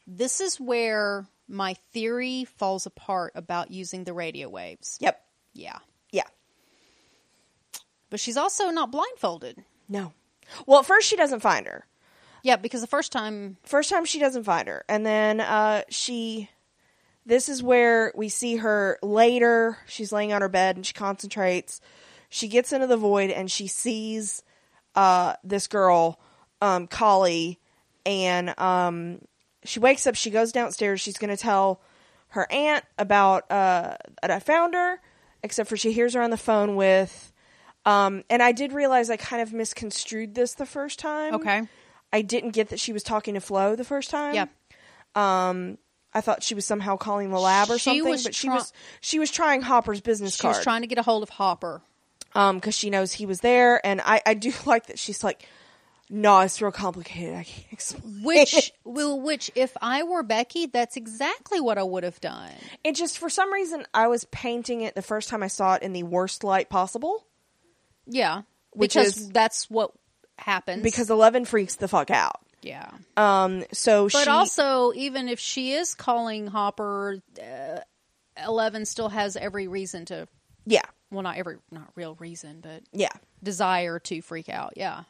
S2: This is where my theory falls apart about using the radio waves.
S1: Yep.
S2: Yeah.
S1: Yeah.
S2: But she's also not blindfolded.
S1: No. Well, at first she doesn't find her.
S2: Yeah, because the first time
S1: First time she doesn't find her and then uh she this is where we see her later. She's laying on her bed and she concentrates. She gets into the void and she sees uh, this girl, um, Collie, and um, she wakes up. She goes downstairs. She's going to tell her aunt about uh, that I found her, except for she hears her on the phone with. Um, and I did realize I kind of misconstrued this the first time.
S2: Okay.
S1: I didn't get that she was talking to Flo the first time.
S2: Yeah.
S1: Um, I thought she was somehow calling the lab or
S2: She
S1: something,
S2: was
S1: but she
S2: try-
S1: was she was trying Hopper's business
S2: she
S1: card
S2: was trying to get a hold of Hopper.
S1: um because she knows he was there and i i do like that she's like no it's real complicated i can't explain
S2: Which will which if I were Becky, that's exactly what I would have done.
S1: it just for some reason i was painting it the first time i saw it in the worst light possible
S2: Yeah.
S1: Which
S2: because
S1: is-
S2: that's what happens
S1: because Eleven freaks the fuck out.
S2: yeah.
S1: Um, so
S2: But
S1: she
S2: also, even if she is calling Hopper, uh, Eleven still has every reason to.
S1: yeah
S2: Well, not every, not real reason, but
S1: yeah.
S2: desire to freak out. Yeah.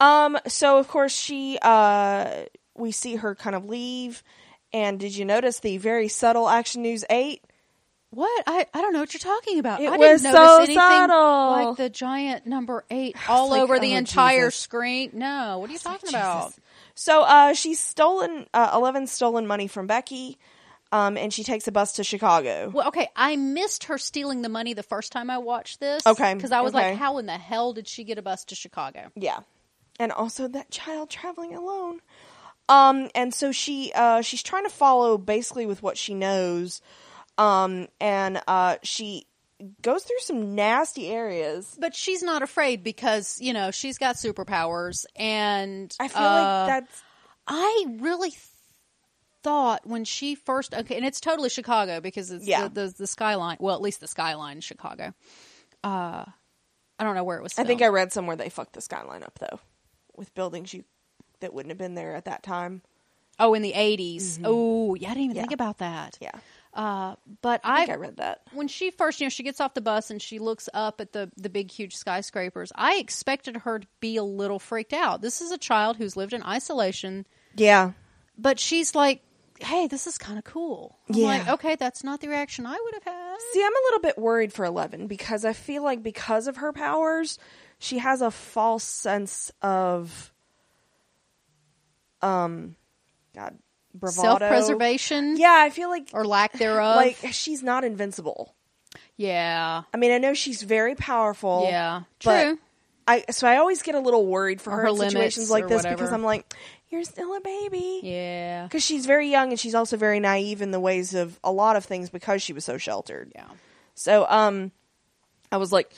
S1: Um, so of course she uh we see her kind of leave. And did you notice the very subtle Action News Eight?
S2: What? I, I don't know what you're talking about.
S1: It
S2: I
S1: was
S2: didn't notice
S1: so
S2: anything
S1: subtle.
S2: like the giant number eight all
S1: like,
S2: over the
S1: oh,
S2: entire
S1: Jesus.
S2: screen. No, what are you talking about?
S1: So uh, she's stolen uh, Eleven's stolen money from Becky, um, and she takes a bus to Chicago.
S2: Well, okay, I missed her stealing the money the first time I watched this.
S1: Okay,
S2: because I was
S1: okay.
S2: like, how in the hell did she get a bus to Chicago?
S1: Yeah, and also that child traveling alone. Um, and so she uh, she's trying to follow basically with what she knows, um, and uh, she goes through some nasty areas.
S2: But she's not afraid because you know she's got superpowers, and
S1: I feel
S2: uh,
S1: like that's
S2: I really th- thought when she first okay, and it's totally Chicago because it's
S1: Yeah.
S2: the, the the skyline. Well, at least the skyline in Chicago. Uh, I don't know where it was.
S1: I think I
S2: filmed.
S1: read somewhere they fucked the skyline up though, with buildings you that wouldn't have been there at that time.
S2: oh in the 80s Oh yeah, I didn't
S1: Mm-hmm.
S2: even
S1: Yeah.
S2: think about that.
S1: Yeah,
S2: Uh, but
S1: I
S2: I,
S1: think I read that.
S2: when she first, you know, she gets off the bus and she looks up at the the big huge skyscrapers. I expected her to be a little freaked out. This is a child who's lived in isolation
S1: Yeah,
S2: but she's like, "Hey, this is kind of cool." I'm
S1: Yeah.
S2: like, "Okay, that's not the reaction I would have had."
S1: See, I'm a little bit worried for Eleven because I feel like because of her powers, she has a false sense of, um, God, bravado,
S2: Self-preservation
S1: Yeah, I feel like
S2: or lack thereof.
S1: like she's not invincible.
S2: yeah.
S1: I mean, I know she's very powerful.
S2: Yeah.
S1: but
S2: True.
S1: I so I always get a little worried for
S2: Or
S1: her,
S2: her
S1: in situations
S2: limits
S1: like
S2: or
S1: this
S2: whatever.
S1: because I'm like, you're still a baby.
S2: Yeah.
S1: Because she's very young and she's also very naive in the ways of a lot of things because she was so sheltered.
S2: Yeah.
S1: So um I was like,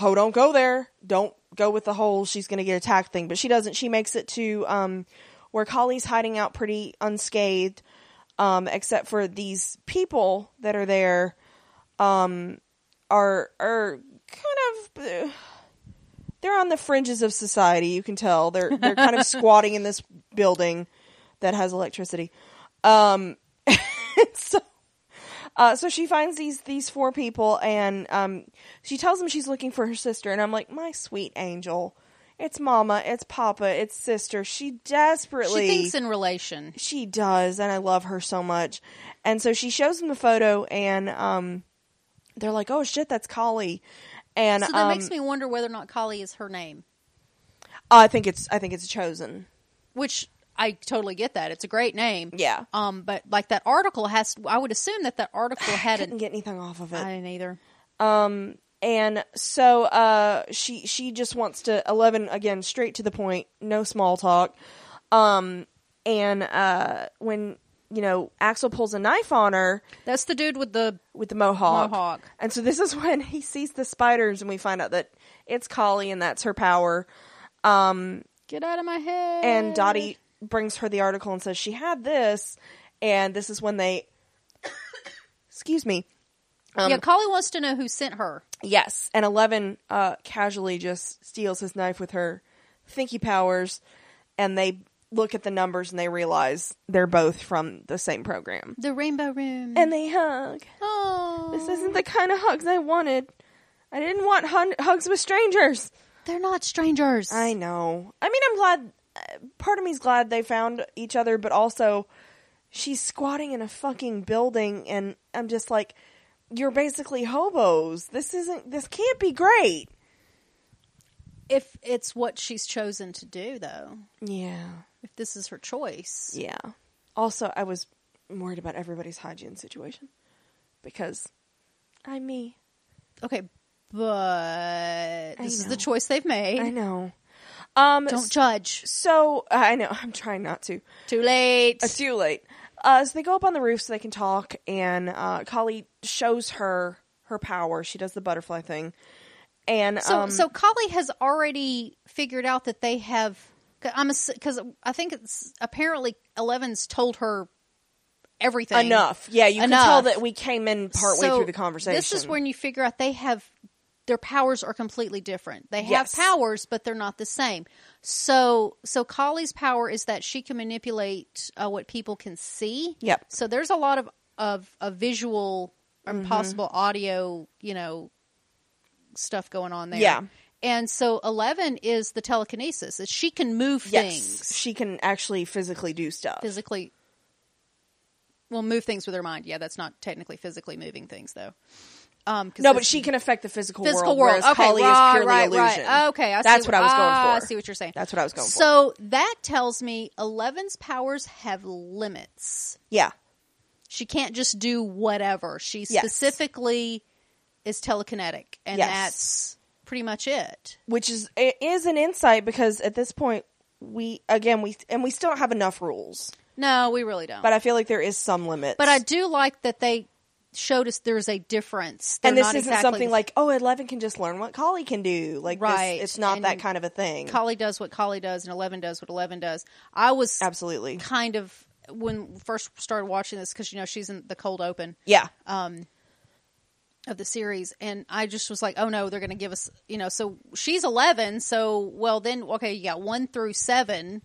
S1: "Oh, don't go there. Don't go with the whole she's going to get attacked thing." But she doesn't. She makes it to um where Collie's hiding out pretty unscathed um except for these people that are there um are are kind of they're on the fringes of society, you can tell. They're they're kind of squatting in this building that has electricity. Um so uh, so she finds these these four people, and um, she tells them she's looking for her sister. And I'm like, my sweet angel, it's Mama, it's Papa, it's sister. She desperately
S2: She thinks in relation.
S1: she does, and I love her so much. And so she shows them the photo, and um, they're like, oh shit, that's Collie. And
S2: So that
S1: um,
S2: makes me wonder whether or not Kali is her name,
S1: I think it's I think it's chosen.
S2: which I totally get that. It's a great name.
S1: Yeah.
S2: Um, but like that article has, I would assume that that article had
S1: Didn't
S2: an.
S1: get anything off of it.
S2: I didn't either.
S1: and so uh she she just wants to 11 again straight to the point no small talk um and uh when you know axel pulls a knife on her
S2: That's the dude with the.
S1: with the mohawk
S2: Mohawk.
S1: and so this is when he sees the spiders and we find out that it's collie and that's her power
S2: Get out of my head.
S1: and dottie brings her the article and says she had this and this is when they excuse me um,
S2: yeah, Kali wants to know who sent her.
S1: Yes, and Eleven uh, casually just steals his knife with her thinky powers, and they look at the numbers and they realize they're both from the same program.
S2: The Rainbow Room.
S1: And they hug.
S2: oh,
S1: This isn't the kind of hugs I wanted. I didn't want hun- hugs with strangers.
S2: they're not strangers.
S1: I know. I mean, I'm glad. uh, Part of me's glad they found each other, but also she's squatting in a fucking building, and I'm just like, you're basically hobos. This isn't. This can't be great.
S2: if it's what she's chosen to do though
S1: Yeah.
S2: if this is her choice
S1: Yeah. Also, I was worried about everybody's hygiene situation because I'm me.
S2: okay but this is
S1: know.
S2: the choice they've made
S1: I know. Um.
S2: don't
S1: s-
S2: judge
S1: so I know I'm trying not to.
S2: too late
S1: It's too late. Uh, so they go up on the roof so they can talk, and uh, Kali shows her her power. She does the butterfly thing, and
S2: so
S1: um,
S2: so Kali has already figured out that they have 'cause I'm because I think it's apparently Eleven's told her everything
S1: enough. Yeah, you can
S2: Enough.
S1: tell that we came in partway
S2: So
S1: through the conversation.
S2: This is when you figure out they have their powers are completely different. They have
S1: Yes.
S2: powers, but they're not the same. So, so Kali's power is that she can manipulate uh, what people can see.
S1: Yep.
S2: So there's a lot of of, of visual and
S1: Mm-hmm.
S2: possible audio, you know, stuff going on there.
S1: Yeah.
S2: And so Eleven is the telekinesis. That she can move
S1: Yes,
S2: things
S1: she can actually physically do stuff.
S2: physically. Well, move things with her mind. Yeah, that's not technically physically moving things though. Um, 'cause
S1: no,
S2: this-
S1: but she can affect the physical,
S2: physical
S1: world. whereas
S2: world. Okay,
S1: Polly
S2: right,
S1: is purely
S2: right,
S1: illusion.
S2: right. Okay, I see
S1: that's
S2: what-
S1: what I was going
S2: ah,
S1: for.
S2: I see what you're saying.
S1: That's what I was going for.
S2: So that tells me Eleven's powers have limits.
S1: Yeah,
S2: She can't just do whatever. She
S1: Yes.
S2: specifically is telekinetic, and
S1: Yes.
S2: that's pretty much it.
S1: which is it is an insight because at this point we again we and we still don't have enough rules,
S2: No, we really don't.
S1: but I feel like there is some limits.
S2: But I do like that they showed us there's a difference.
S1: and
S2: They're
S1: this
S2: not
S1: isn't
S2: exactly
S1: something
S2: the-
S1: like oh, Eleven can just learn what Collie can do. Like this-
S2: Right,
S1: it's not that
S2: and
S1: kind of a thing.
S2: Kali does what Kali does, and Eleven does what Eleven does. I was
S1: Absolutely.
S2: kind of when we first started watching this because you know she's in the cold open
S1: Yeah.
S2: Um, of the series, and I just was like, oh no, they're going to give us you know. So she's Eleven, so well then okay, you got one through seven,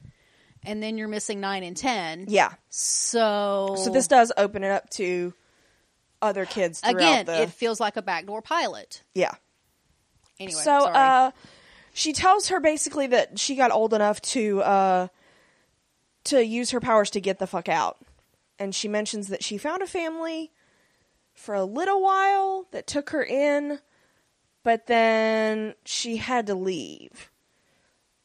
S2: and then you're missing nine and ten.
S1: yeah.
S2: So
S1: So this does open it up to other kids throughout
S2: again,
S1: the
S2: it feels like a backdoor pilot.
S1: yeah.
S2: Anyway,
S1: so
S2: sorry.
S1: uh she tells her basically that she got old enough to uh to use her powers to get the fuck out. And she mentions that she found a family for a little while that took her in, but then she had to leave.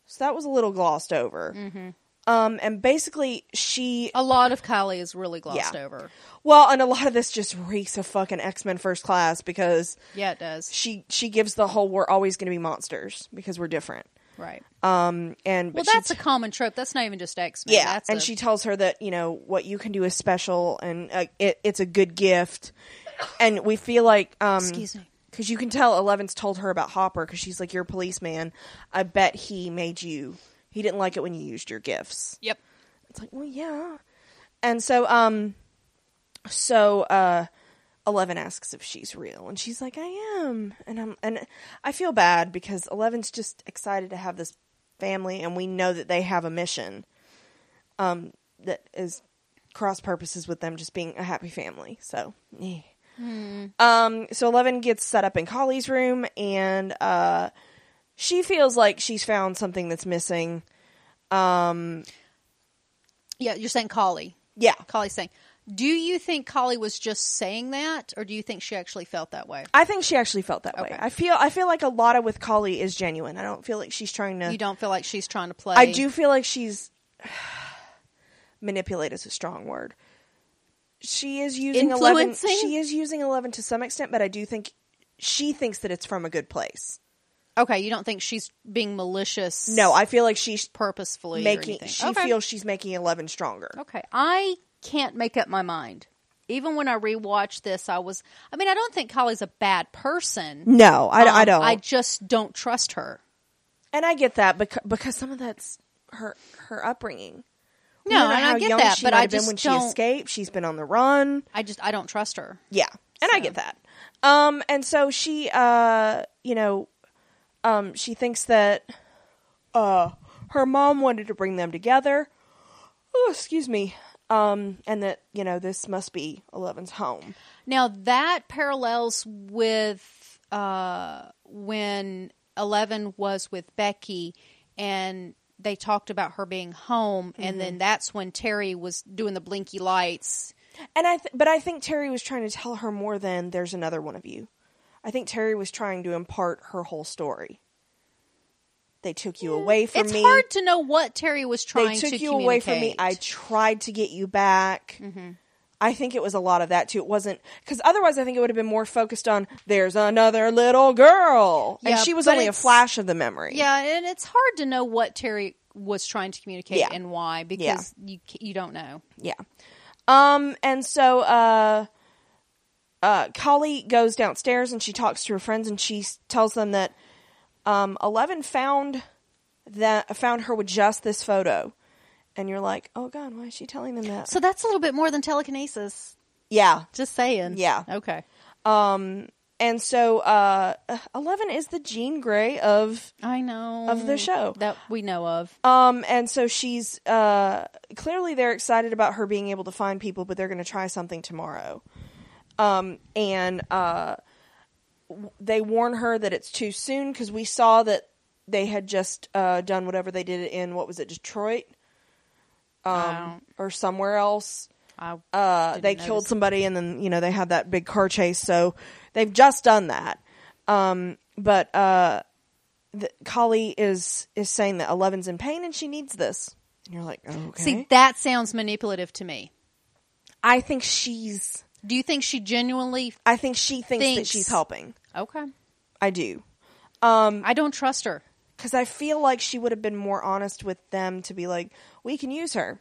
S1: So that was a little glossed over. Mm-hmm. Um, and basically, she
S2: a lot of Kali is really glossed
S1: Yeah.
S2: over.
S1: well, and a lot of this just reeks of fucking X Men First Class because
S2: Yeah, it does.
S1: she she gives the whole we're always going to be monsters because we're different.
S2: Right.
S1: Um, and
S2: Well,
S1: but she-
S2: that's a common trope. That's not even just X Men.
S1: yeah,
S2: that's
S1: and
S2: a,
S1: she tells her that you know what you can do is special and uh, it, it's a good gift, and we feel like um,
S2: Excuse me.
S1: because you can tell Eleven's told her about Hopper because she's like you're a policeman. I bet he made you. He didn't like it when you used your gifts.
S2: Yep.
S1: It's like, well, yeah. And so, um, so, uh, Eleven asks if she's real, and she's like, "I am," and I'm, and I feel bad because Eleven's just excited to have this family, and we know that they have a mission, um, that is cross purposes with them just being a happy family. So, eh. um, so Eleven gets set up in Collie's room, and uh, she feels like she's found something that's missing.
S2: Yeah, you're saying Kali.
S1: Yeah,
S2: Kali's saying. Do you think Kali was just saying that, or do you think she actually felt that way?
S1: I think she actually felt that way.
S2: Okay.
S1: I feel I feel like a lot of with Kali is genuine. I don't feel like she's trying to.
S2: You don't feel like she's trying to play.
S1: I do feel like she's manipulate is a strong word. She is using eleven.
S2: Influencing?
S1: She is using eleven to some extent, but I do think she thinks that it's from a good place.
S2: Okay, you don't think she's being malicious?
S1: No, I feel like she's
S2: purposefully or
S1: making.
S2: anything.
S1: She
S2: okay.
S1: feels she's making eleven stronger.
S2: Okay, I can't make up my mind. Even when I rewatched this, I was. I mean, I don't think Kali's a bad person.
S1: No, I, I
S2: Um,
S1: don't.
S2: I just don't trust her.
S1: and I get that because because some of that's her her upbringing. We
S2: No,
S1: don't know
S2: and I
S1: how
S2: get
S1: young
S2: that,
S1: she
S2: but
S1: might
S2: I
S1: have been
S2: just
S1: when she
S2: don't-
S1: escaped. She's been on the run.
S2: I just I don't trust her.
S1: Yeah. And I get that. Um and so she uh you know um she thinks that uh her mom wanted to bring them together. Oh, excuse me. Um and that, you know, this must be Eleven's home.
S2: Now that parallels with uh, when Eleven was with Becky, and they talked about her being home,
S1: Mm-hmm.
S2: and then that's when Terry was doing the blinky lights.
S1: And I th- but I think Terry was trying to tell her more than there's another one of you. I think Terry was trying to impart her whole story. They took you away from
S2: Mm, it's
S1: me.
S2: hard to know what Terry was
S1: they
S2: trying
S1: took
S2: to
S1: you away from me. I
S2: communicate. Mm-hmm.
S1: tried to get you back. I think it was a lot of that too. It wasn't because otherwise, I think it would have been more focused on there's another little girl, and
S2: Yeah,
S1: she was
S2: but
S1: only a
S2: it's-
S1: flash of the memory.
S2: yeah, and it's hard to know what Terry was trying to communicate
S1: Yeah.
S2: and why because you ca- you don't know.
S1: yeah. Um, and so uh, uh, Kali goes downstairs and she talks to her friends and she s- tells them that um, Eleven found that found her with just this photo, and you're like, oh god, why is she telling them that?
S2: So that's a little bit more than telekinesis.
S1: yeah,
S2: Just saying.
S1: Yeah.
S2: Okay.
S1: And so uh, Eleven is the Jean Grey of
S2: I know
S1: Of the show.
S2: that we know of.
S1: um and so she's uh clearly they're excited about her being able to find people, but they're going to try something tomorrow. Um and uh w- they warn her that it's too soon cuz we saw that they had just uh done whatever they did in what was it Detroit Um,
S2: Wow.
S1: or somewhere else.
S2: I
S1: Uh,
S2: didn't
S1: they
S2: notice.
S1: killed somebody, and then you know they had that big car chase. So they've just done that. Um, but uh, the, Kali is is saying that Eleven's in pain and she needs this. And you're like, oh, okay.
S2: See, that sounds manipulative to me.
S1: I think she's.
S2: Do you think she genuinely?
S1: I think she thinks, that
S2: Thinks.
S1: she's helping.
S2: Okay,
S1: I do, Um,
S2: I don't trust her.
S1: because I feel like she would have been more honest with them to be like, we can use her.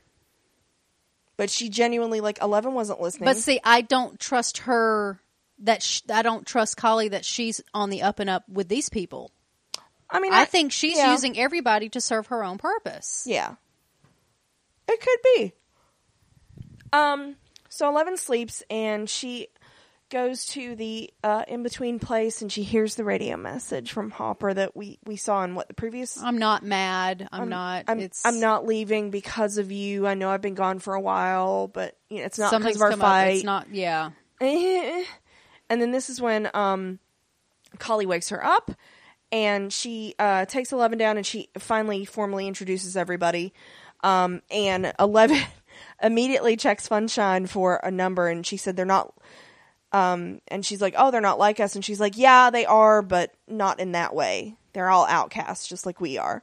S1: But she genuinely like Eleven wasn't listening.
S2: But see, I don't trust her. That sh- I don't trust Collie that she's on the up and up with these people.
S1: I mean,
S2: I think she's
S1: yeah.
S2: using everybody to serve her own purpose.
S1: Yeah. It could be. Um, so Eleven sleeps and she goes to the uh, in between place and she hears the radio message from Hopper that we, we saw in what the previous
S2: I'm not mad. I'm, not.
S1: I'm
S2: Uh, it's
S1: I'm not leaving because of you. I know I've been gone for a while, but you know, it's not because
S2: something's
S1: of our
S2: come
S1: fight.
S2: Up. It's not. Yeah.
S1: and then this is when um Collie wakes her up and she uh takes Eleven down and she finally formally introduces everybody. Um and Eleven immediately checks Funshine for a number and she said they're not um and she's like, "Oh, they're not like us." And she's like, "Yeah, they are, but not in that way. They're all outcasts just like we are."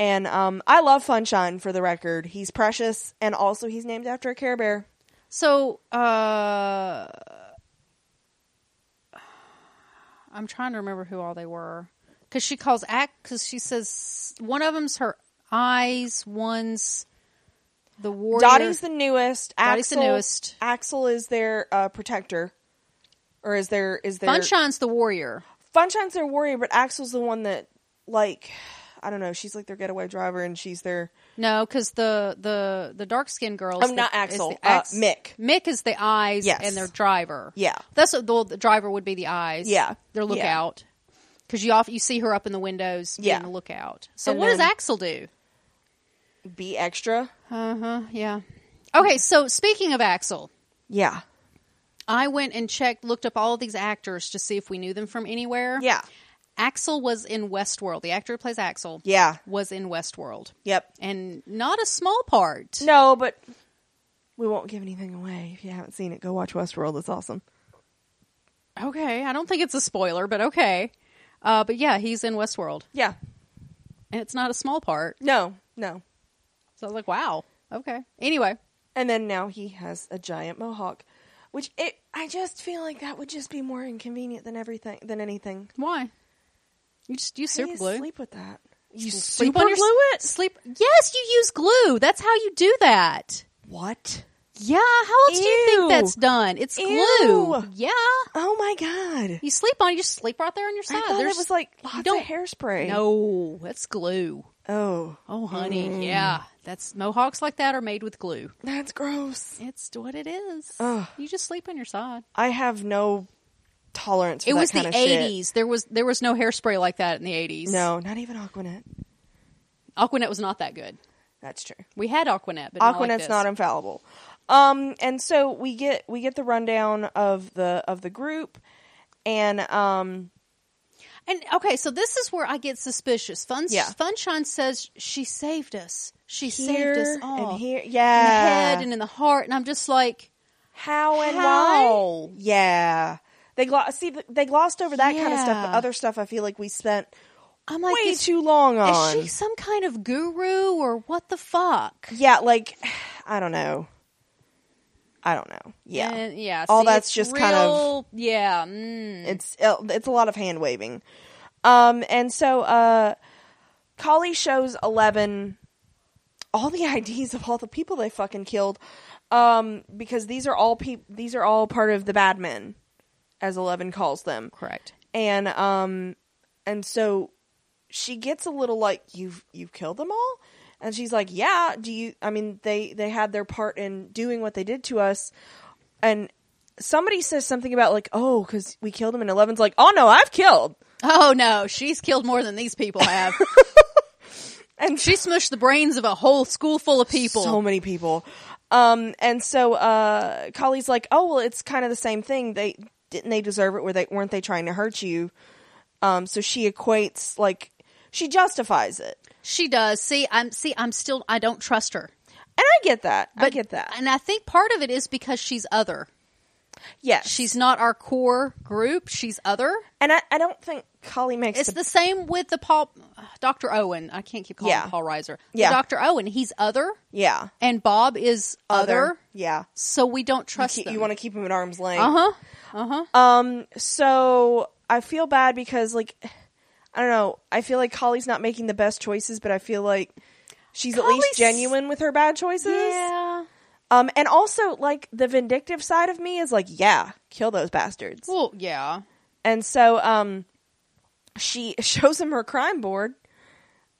S1: And um I love Funshine for the record. He's precious and also he's named after a Care Bear.
S2: So, uh, I'm trying to remember who all they were because she calls act because she says one of them's her eyes, one's the warrior.
S1: Dottie's the newest.
S2: Dottie's the
S1: Axel,
S2: newest.
S1: Axel is their uh, protector, or is there is there
S2: Funshine's the warrior.
S1: Funshine's their warrior, but Axel's the one that like I don't know. She's like their getaway driver, and she's their
S2: No, because the the the dark skinned girl.
S1: I'm
S2: the-
S1: not
S2: is the
S1: Axel, uh,
S2: Ax-
S1: Mick.
S2: Mick is the eyes
S1: Yes.
S2: and their driver.
S1: Yeah.
S2: that's what the, the driver would be. The eyes.
S1: Yeah.
S2: their
S1: Yeah.
S2: lookout. Because you off you see her up in the windows.
S1: Yeah.
S2: being the lookout. So
S1: And
S2: what
S1: then-
S2: does Axel do?
S1: be extra.
S2: Uh huh. Yeah. Okay. So speaking of Axel,
S1: Yeah,
S2: I went and checked, looked up all of these actors to see if we knew them from anywhere.
S1: yeah,
S2: Axel was in Westworld. The actor who plays Axel
S1: yeah.
S2: was in Westworld,
S1: Yep.
S2: and not a small part.
S1: No, but we won't give anything away. If you haven't seen it, go watch Westworld. It's awesome.
S2: Okay, I don't think it's a spoiler, but okay. Uh, but yeah, he's in Westworld,
S1: Yeah.
S2: and it's not a small part.
S1: No. No.
S2: So I was like, wow. Okay. Anyway,
S1: And then now he has a giant mohawk, which it I just feel like that would just be more inconvenient than everything than anything.
S2: why? You just use
S1: How do
S2: super
S1: you
S2: glue.
S1: Sleep with that. You
S2: Sleep on your- Sleep. Yes, you use glue. That's how you do that.
S1: What?
S2: Yeah, how else do you
S1: Ew.
S2: think that's done? It's
S1: Ew.
S2: glue. Yeah.
S1: Oh my god!
S2: You sleep on it, you just sleep right there on your
S1: I
S2: side.
S1: thought
S2: There's
S1: it was like lots of
S2: don't-
S1: hairspray.
S2: No, that's glue.
S1: Oh,
S2: Oh honey, yeah. That's mohawks like that are made with glue.
S1: that's gross.
S2: It's what it is.
S1: Ugh.
S2: You just sleep on your side.
S1: I have no tolerance. for
S2: it
S1: that
S2: was
S1: kind
S2: the
S1: of shit.
S2: eighties. There was there was no hairspray like that in the eighties.
S1: No, not even Aquanet.
S2: Aquanet was not that good.
S1: That's true.
S2: We had Aquanet, but
S1: Aquanet's
S2: not, like this.
S1: not infallible. Um, and so we get we get the rundown of the of the group, and um,
S2: And okay, so this is where I get suspicious. Fun
S1: Yeah.
S2: Funshine says she saved us. She saved
S1: here
S2: us all.
S1: and here,
S2: in the
S1: yeah,
S2: head and in the heart. And I'm just like,
S1: How and
S2: How?
S1: why? Yeah. They glo- see th- they glossed over that kind of stuff, but
S2: Yeah.
S1: other stuff I feel like we spent
S2: I'm like,
S1: way
S2: is,
S1: too long
S2: is
S1: on.
S2: she some kind of guru or what the fuck?
S1: Yeah, like I don't know. I don't know. Yeah.
S2: And, yeah.
S1: All
S2: see,
S1: that's
S2: it's
S1: just kind of-
S2: real- yeah. Mm,
S1: It's uh, it's a lot of hand waving. Um and so uh Collie shows 11 all the IDs of all the people they fucking killed um because these are all peop these are all part of the bad men as 11 calls them.
S2: correct.
S1: and um and so she gets a little like you've you've killed them all and she's like yeah do you i mean they they had their part in doing what they did to us and somebody says something about like, oh, because we killed him, and Eleven's like, oh no, I've killed.
S2: Oh no, she's killed more than these people have.
S1: And
S2: she smushed the brains of a whole school full of people.
S1: So many people. Um, and so uh, Kali's like, oh well, it's kind of the same thing. They didn't they deserve it? Were they weren't they trying to hurt you? Um, so she equates like she justifies it,
S2: she does. See, I'm see, I'm still I don't trust her.
S1: and I get that. I get that.
S2: And I think part of it is because she's other.
S1: Yes,
S2: She's not our core group. She's other.
S1: and I, I don't think Kali makes
S2: It's
S1: the,
S2: the same with the Paul, Dr. Owen. I can't keep calling
S1: Yeah.
S2: him Paul Reiser. The
S1: Yeah.
S2: Dr. Owen, he's other,
S1: yeah
S2: and Bob is other,
S1: yeah.
S2: so we don't trust
S1: Keep-
S2: them.
S1: you want to keep him at arm's length.
S2: uh huh.
S1: Um, so I feel bad because like I don't know. I feel like Holly's not making the best choices, but I feel like she's at
S2: Kali's-
S1: least genuine with her bad choices.
S2: Yeah.
S1: Um, and also like the vindictive side of me is like, yeah, kill those bastards.
S2: Well, yeah.
S1: And so um, she shows him her crime board.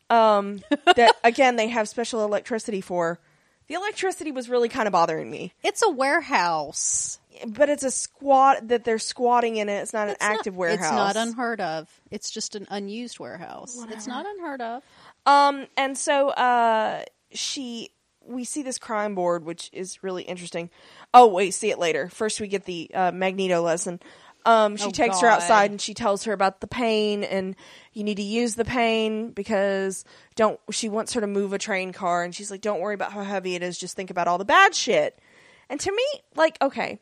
S1: Um, that again they have special electricity for. The electricity was really kind of bothering me,
S2: It's a warehouse.
S1: but it's a squat that they're squatting in, and it's not
S2: It's
S1: an
S2: not-
S1: active warehouse.
S2: It's not unheard of. It's just an unused warehouse. It's not unheard of.
S1: Um, and so uh, she, we see this crime board, which is really interesting. Oh wait, see it later. First, we get the uh, Magneto lesson. Um, she
S2: Oh,
S1: takes her
S2: God.
S1: outside and she tells her about the pain and you need to use the pain because don't. She wants her to move a train car and she's like, "Don't worry about how heavy it is. Just think about all the bad shit." And to me, like, okay,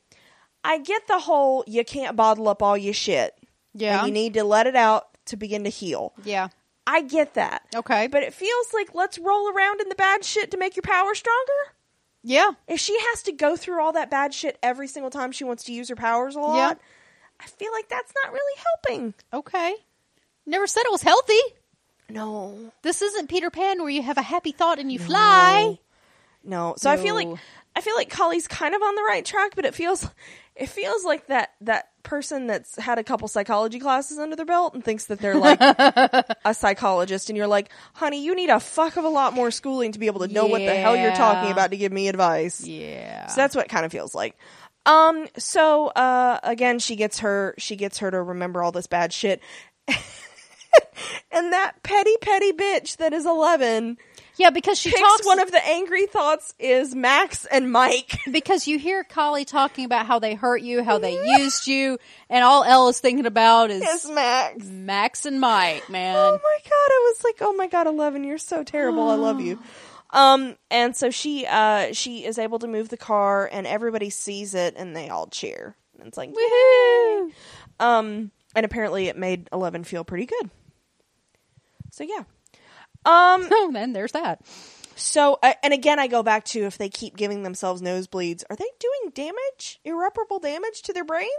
S1: I get the whole you can't bottle up all your shit.
S2: Yeah.
S1: and you need to let it out to begin to heal.
S2: Yeah.
S1: I get that.
S2: Okay.
S1: But it feels like let's roll around in the bad shit to make your power stronger.
S2: yeah.
S1: If she has to go through all that bad shit every single time she wants to use her powers a lot,
S2: Yeah.
S1: I feel like that's not really helping.
S2: Okay. Never said it was healthy.
S1: No.
S2: This isn't Peter Pan where you have a happy thought and you fly.
S1: No. So I feel like
S2: No.
S1: I feel like Kali's kind of on the right track, but it feels it feels like that that person that's had a couple psychology classes under their belt and thinks that they're like a psychologist and you're like, "Honey, you need a fuck of a lot more schooling to be able to know what the hell you're
S2: Yeah.
S1: talking about to give me advice."
S2: Yeah.
S1: So that's what it kind of feels like. Um. So uh, again, she gets her she gets her to remember all this bad shit, and that petty petty bitch that is eleven
S2: yeah, because she
S1: picks
S2: talks
S1: one of the angry thoughts is Max and Mike.
S2: because you hear Collie talking about how they hurt you, how they used you, and all Ella's thinking about is
S1: Is Max?
S2: Max and Mike, man.
S1: Oh my god! I was like, oh my god, Eleven, you're so terrible. I love you. Um, and so she uh she is able to move the car, and everybody sees it, and they all cheer. And it's like woohoo! Um, and apparently it made Eleven feel pretty good. So yeah. Um.
S2: oh, then there's that.
S1: So uh, and again, I go back to if they keep giving themselves nosebleeds, are they doing damage, irreparable damage to their brains?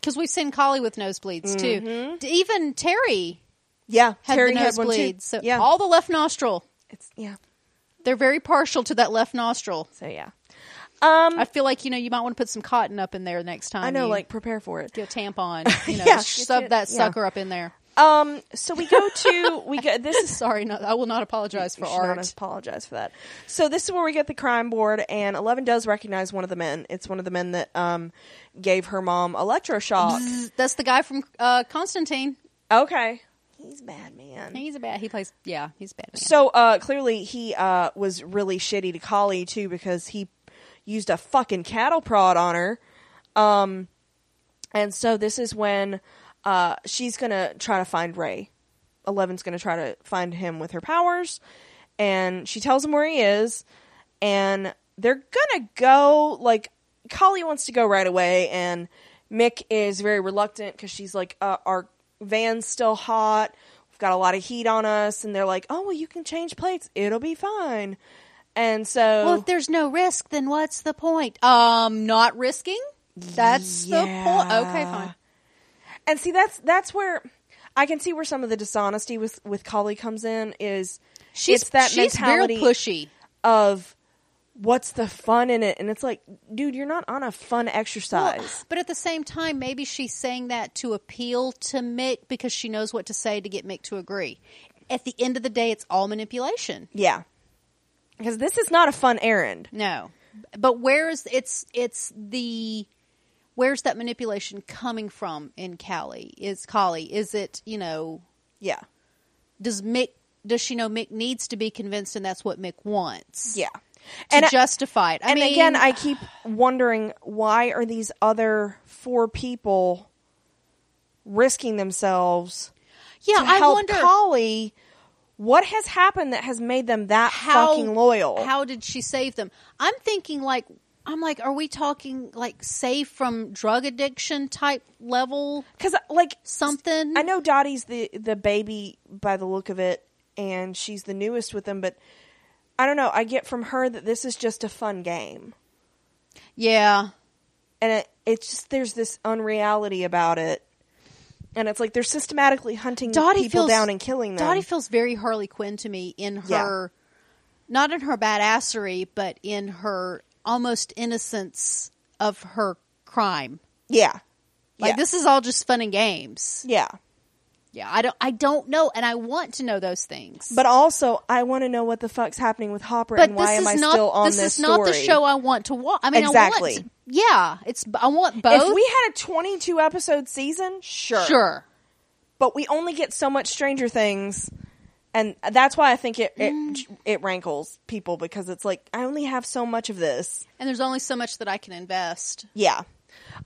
S2: Because we've seen Collie with nosebleeds too. D- Even Terry
S1: Yeah, Mm-hmm.
S2: had
S1: Terry
S2: the
S1: had one too.
S2: nosebleeds. So
S1: yeah,
S2: all the left nostril.
S1: it's yeah.
S2: They're very partial to that left nostril.
S1: So yeah. Um,
S2: I feel like you know you might want to put some cotton up in there next time.
S1: I know,
S2: you
S1: like prepare for it.
S2: get a tampon. You know,
S1: Yeah.
S2: shove that
S1: Yeah.
S2: sucker up in there.
S1: Um, so we go to we go. This is
S2: Sorry, no, I will not apologize for
S1: we should
S2: art.
S1: not apologize for that. So this is where we get the crime board, and Eleven does recognize one of the men. It's one of the men that um gave her mom electroshock.
S2: Zzz, That's the guy from uh, Constantine.
S1: okay, he's bad man.
S2: He's a bad. He plays. Yeah, he's a bad. Man.
S1: So uh, clearly he uh, was really shitty to Collie too because he used a fucking cattle prod on her. Um, and so this is when uh, she's gonna try to find Ray. Eleven's gonna try to find him with her powers, and she tells him where he is, and they're gonna go. Like Collie wants to go right away, and Mick is very reluctant because she's like, uh, "Our van's still hot. We've got a lot of heat on us," and they're like, "Oh well, you can change plates. It'll be fine." And so,
S2: Well, if there's no risk, then what's the point? Um, not risking. That's the point. Okay,
S1: Yeah.
S2: fine.
S1: and see that's that's where I can see where some of the dishonesty with with Collie comes in is
S2: She's
S1: it's that
S2: she's
S1: mentality
S2: real pushy.
S1: of what's the fun in it, and it's like, dude, you're not on a fun exercise.
S2: But at the same time, maybe she's saying that to appeal to Mick because she knows what to say to get Mick to agree. At the end of the day, it's all manipulation.
S1: yeah, because this is not a fun errand.
S2: No, but where's it's it's the where's that manipulation coming from in Callie? Is Collie? Is it you know?
S1: Yeah.
S2: Does Mick? Does she know Mick needs to be convinced, and that's what Mick wants?
S1: Yeah.
S2: to
S1: And I-
S2: justify it. I
S1: and
S2: mean,
S1: again, I keep wondering why are these other four people risking themselves
S2: yeah,
S1: to
S2: I
S1: help
S2: wonder
S1: Polly? What has happened that has made them that
S2: how
S1: fucking loyal?
S2: How did she save them? I'm thinking like. I'm like, are we talking like safe from drug addiction type level
S1: Because like
S2: something?
S1: I know Dottie's the the baby by the look of it, and she's the newest with them. But I don't know. I get from her that this is just a fun game,
S2: Yeah.
S1: and it, it's just there's this unreality about it, and it's like they're systematically hunting
S2: Dottie
S1: people
S2: feels
S1: down and killing them.
S2: Dottie feels very Harley Quinn to me in
S1: Yeah.
S2: her, not in her badassery, but in her almost innocence of her crime.
S1: yeah,
S2: Like
S1: yeah.
S2: this is all just fun and games.
S1: yeah.
S2: Yeah, I don't, I don't know, and I want to know those things.
S1: But also, I want to know what the fuck's happening with Hopper
S2: but
S1: and
S2: this
S1: why
S2: is
S1: am I
S2: not
S1: still on
S2: this,
S1: this,
S2: is not the
S1: story.
S2: show I want to watch. I mean, I
S1: Exactly.
S2: want, yeah, it's I want both.
S1: If we had a 22 episode season, sure.
S2: sure,
S1: but we only get so much Stranger Things, and that's why I think it it, it rankles people because it's like I only have so much of this.
S2: and there's only so much that I can invest.
S1: Yeah.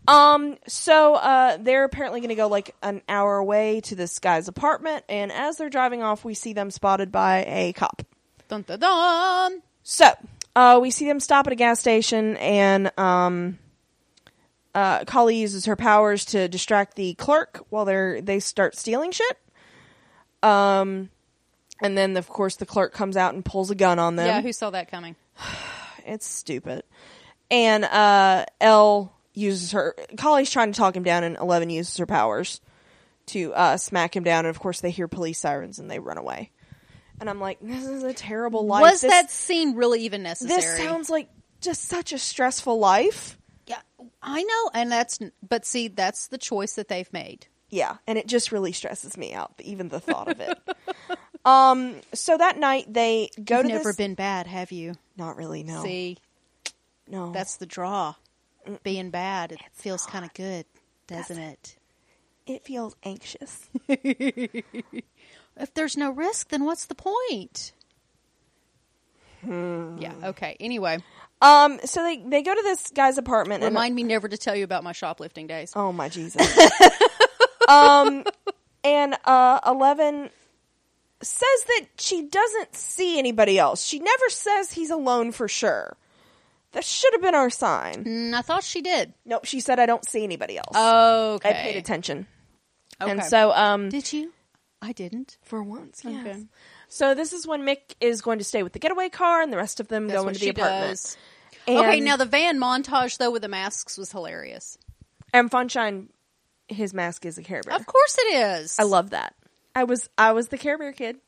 S1: Um. So, uh, they're apparently going to go like an hour away to this guy's apartment, and as they're driving off, we see them spotted by a cop.
S2: Dun dun dun.
S1: So, uh, we see them stop at a gas station, and um, uh, Kali uses her powers to distract the clerk while they're they start stealing shit. Um, and then of course the clerk comes out and pulls a gun on them.
S2: Yeah, who saw that coming?
S1: it's stupid. And uh, Elle uses her. Kali's trying to talk him down, and Eleven uses her powers to uh, smack him down. And of course they hear police sirens and they run away. And I'm like, this is a terrible life.
S2: Was
S1: This-
S2: that scene really even necessary?
S1: this sounds like just such a stressful life.
S2: Yeah, I know, and that's but see, that's the choice that they've made.
S1: Yeah, and it just really stresses me out, even the thought of it. um, so that night they go
S2: You've
S1: to
S2: never
S1: this-
S2: been bad, have you?
S1: Not really. No.
S2: See,
S1: no.
S2: that's the draw. Being bad, it feels kind of good, doesn't it?
S1: it feels anxious.
S2: If there's no risk, then what's the point?
S1: Hmm.
S2: Yeah. Okay. Anyway,
S1: um, so they they go to this guy's apartment and
S2: remind me never to tell you about my shoplifting days.
S1: oh my Jesus. um, and uh, Eleven says that she doesn't see anybody else. She never says he's alone for sure. That should have been our sign.
S2: Mm, Oh, I thought she did.
S1: Nope, she said I don't see anybody else.
S2: Okay.
S1: I paid attention.
S2: Okay.
S1: And so, um,
S2: did you? I didn't.
S1: for once, yes.
S2: Okay.
S1: So this is when Mick is going to stay with the getaway car, and the rest of them
S2: That's
S1: go
S2: what
S1: into the
S2: she
S1: apartment.
S2: does.
S1: And,
S2: okay. Now the van montage though with the masks was hilarious.
S1: and Funshine, his mask is a Care Bear.
S2: Of course it is.
S1: I love that. I was I was the Care Bear kid.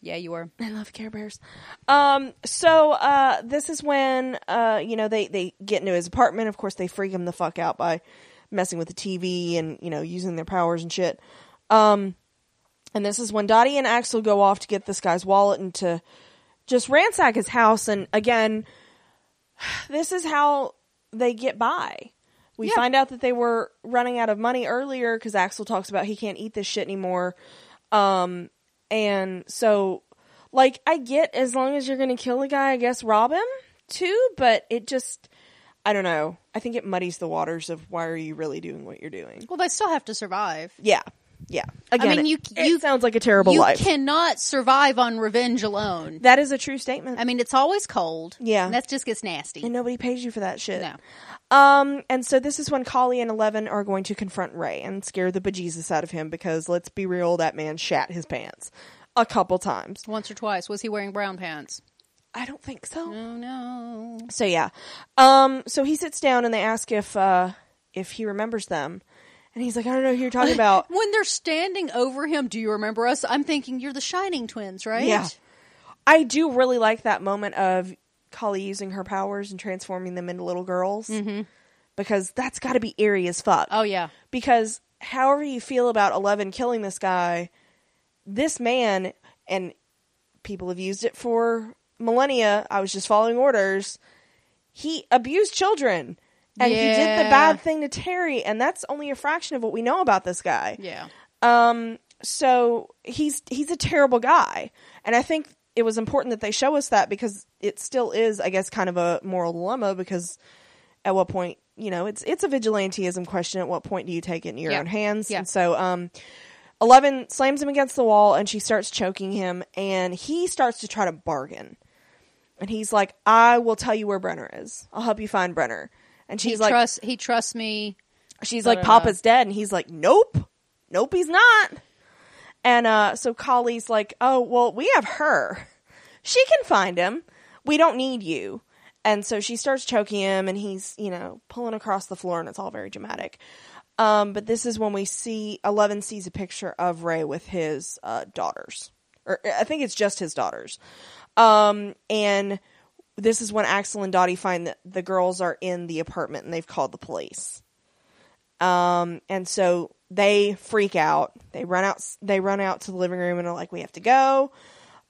S2: Yeah, you were.
S1: I love Care Bears. Um, so uh, this is when uh, you know they they get into his apartment. Of course, they freak him the fuck out by messing with the TV and you know using their powers and shit. Um, and this is when Dottie and Axel go off to get this guy's wallet and to just ransack his house. And again, this is how they get by. We
S2: Yeah.
S1: find out that they were running out of money earlier because Axel talks about he can't eat this shit anymore. Um, and so, like, I get as long as you're going to kill a guy, I guess rob him too, but it just, I don't know. I think it muddies the waters of why are you really doing what you're doing?
S2: Well, they still have to survive.
S1: Yeah. Yeah. Again,
S2: mean,
S1: it-
S2: you-
S1: it
S2: you-
S1: sounds like a terrible
S2: you
S1: life.
S2: cannot survive on revenge alone.
S1: that is a true statement.
S2: I mean, it's always cold.
S1: Yeah.
S2: And that just gets nasty.
S1: and nobody pays you for that shit.
S2: No.
S1: Um, and so this is when Collie and Eleven are going to confront Ray and scare the bejesus out of him because let's be real, that man shat his pants a couple times.
S2: Once or twice. Was he wearing brown pants?
S1: I don't think so.
S2: Oh, no.
S1: So yeah. Um, so he sits down and they ask if uh if he remembers them, and he's like, I don't know who you're talking about.
S2: When they're standing over him, do you remember us? I'm thinking you're the Shining twins, right?
S1: Yeah. I do really like that moment of Kali using her powers and transforming them into little girls because that's got to be eerie as fuck.
S2: Oh, yeah.
S1: Because however you feel about Eleven killing this guy, this man and people have used it for millennia. I was just following orders. He abused children and he did the
S2: Yeah.
S1: bad thing to Terry, and that's only a fraction of what we know about this guy.
S2: Yeah.
S1: Um, so he's he's a terrible guy, and I think it was important that they show us that because it still is, I guess, kind of a moral dilemma. Because at what point, you know, it's it's a vigilanteism question. At what point do you take it in your
S2: Yeah.
S1: own hands?
S2: Yeah.
S1: And so, um, Eleven slams him against the wall, and she starts choking him, and he starts to try to bargain. And he's like, "I will tell you where Brenner is. I'll help you find Brenner." And
S2: He
S1: she's like,
S2: trusts he trusts me.
S1: she's
S2: But,
S1: like,
S2: uh,
S1: Papa's dead. And he's like, nope, nope, he's not. And uh, so Kali's like, oh, well, we have her. She can find him. We don't need you. And so she starts choking him, and he's, you know, pulling across the floor, and it's all very dramatic. Um, but this is when we see Eleven sees a picture of Ray with his uh, daughters, or I think it's just his daughters. Um, and this is when Axel and Dottie find that the girls are in the apartment, and they've called the police. Um, and so they freak out. They run out. They run out to the living room and are like, "We have to go."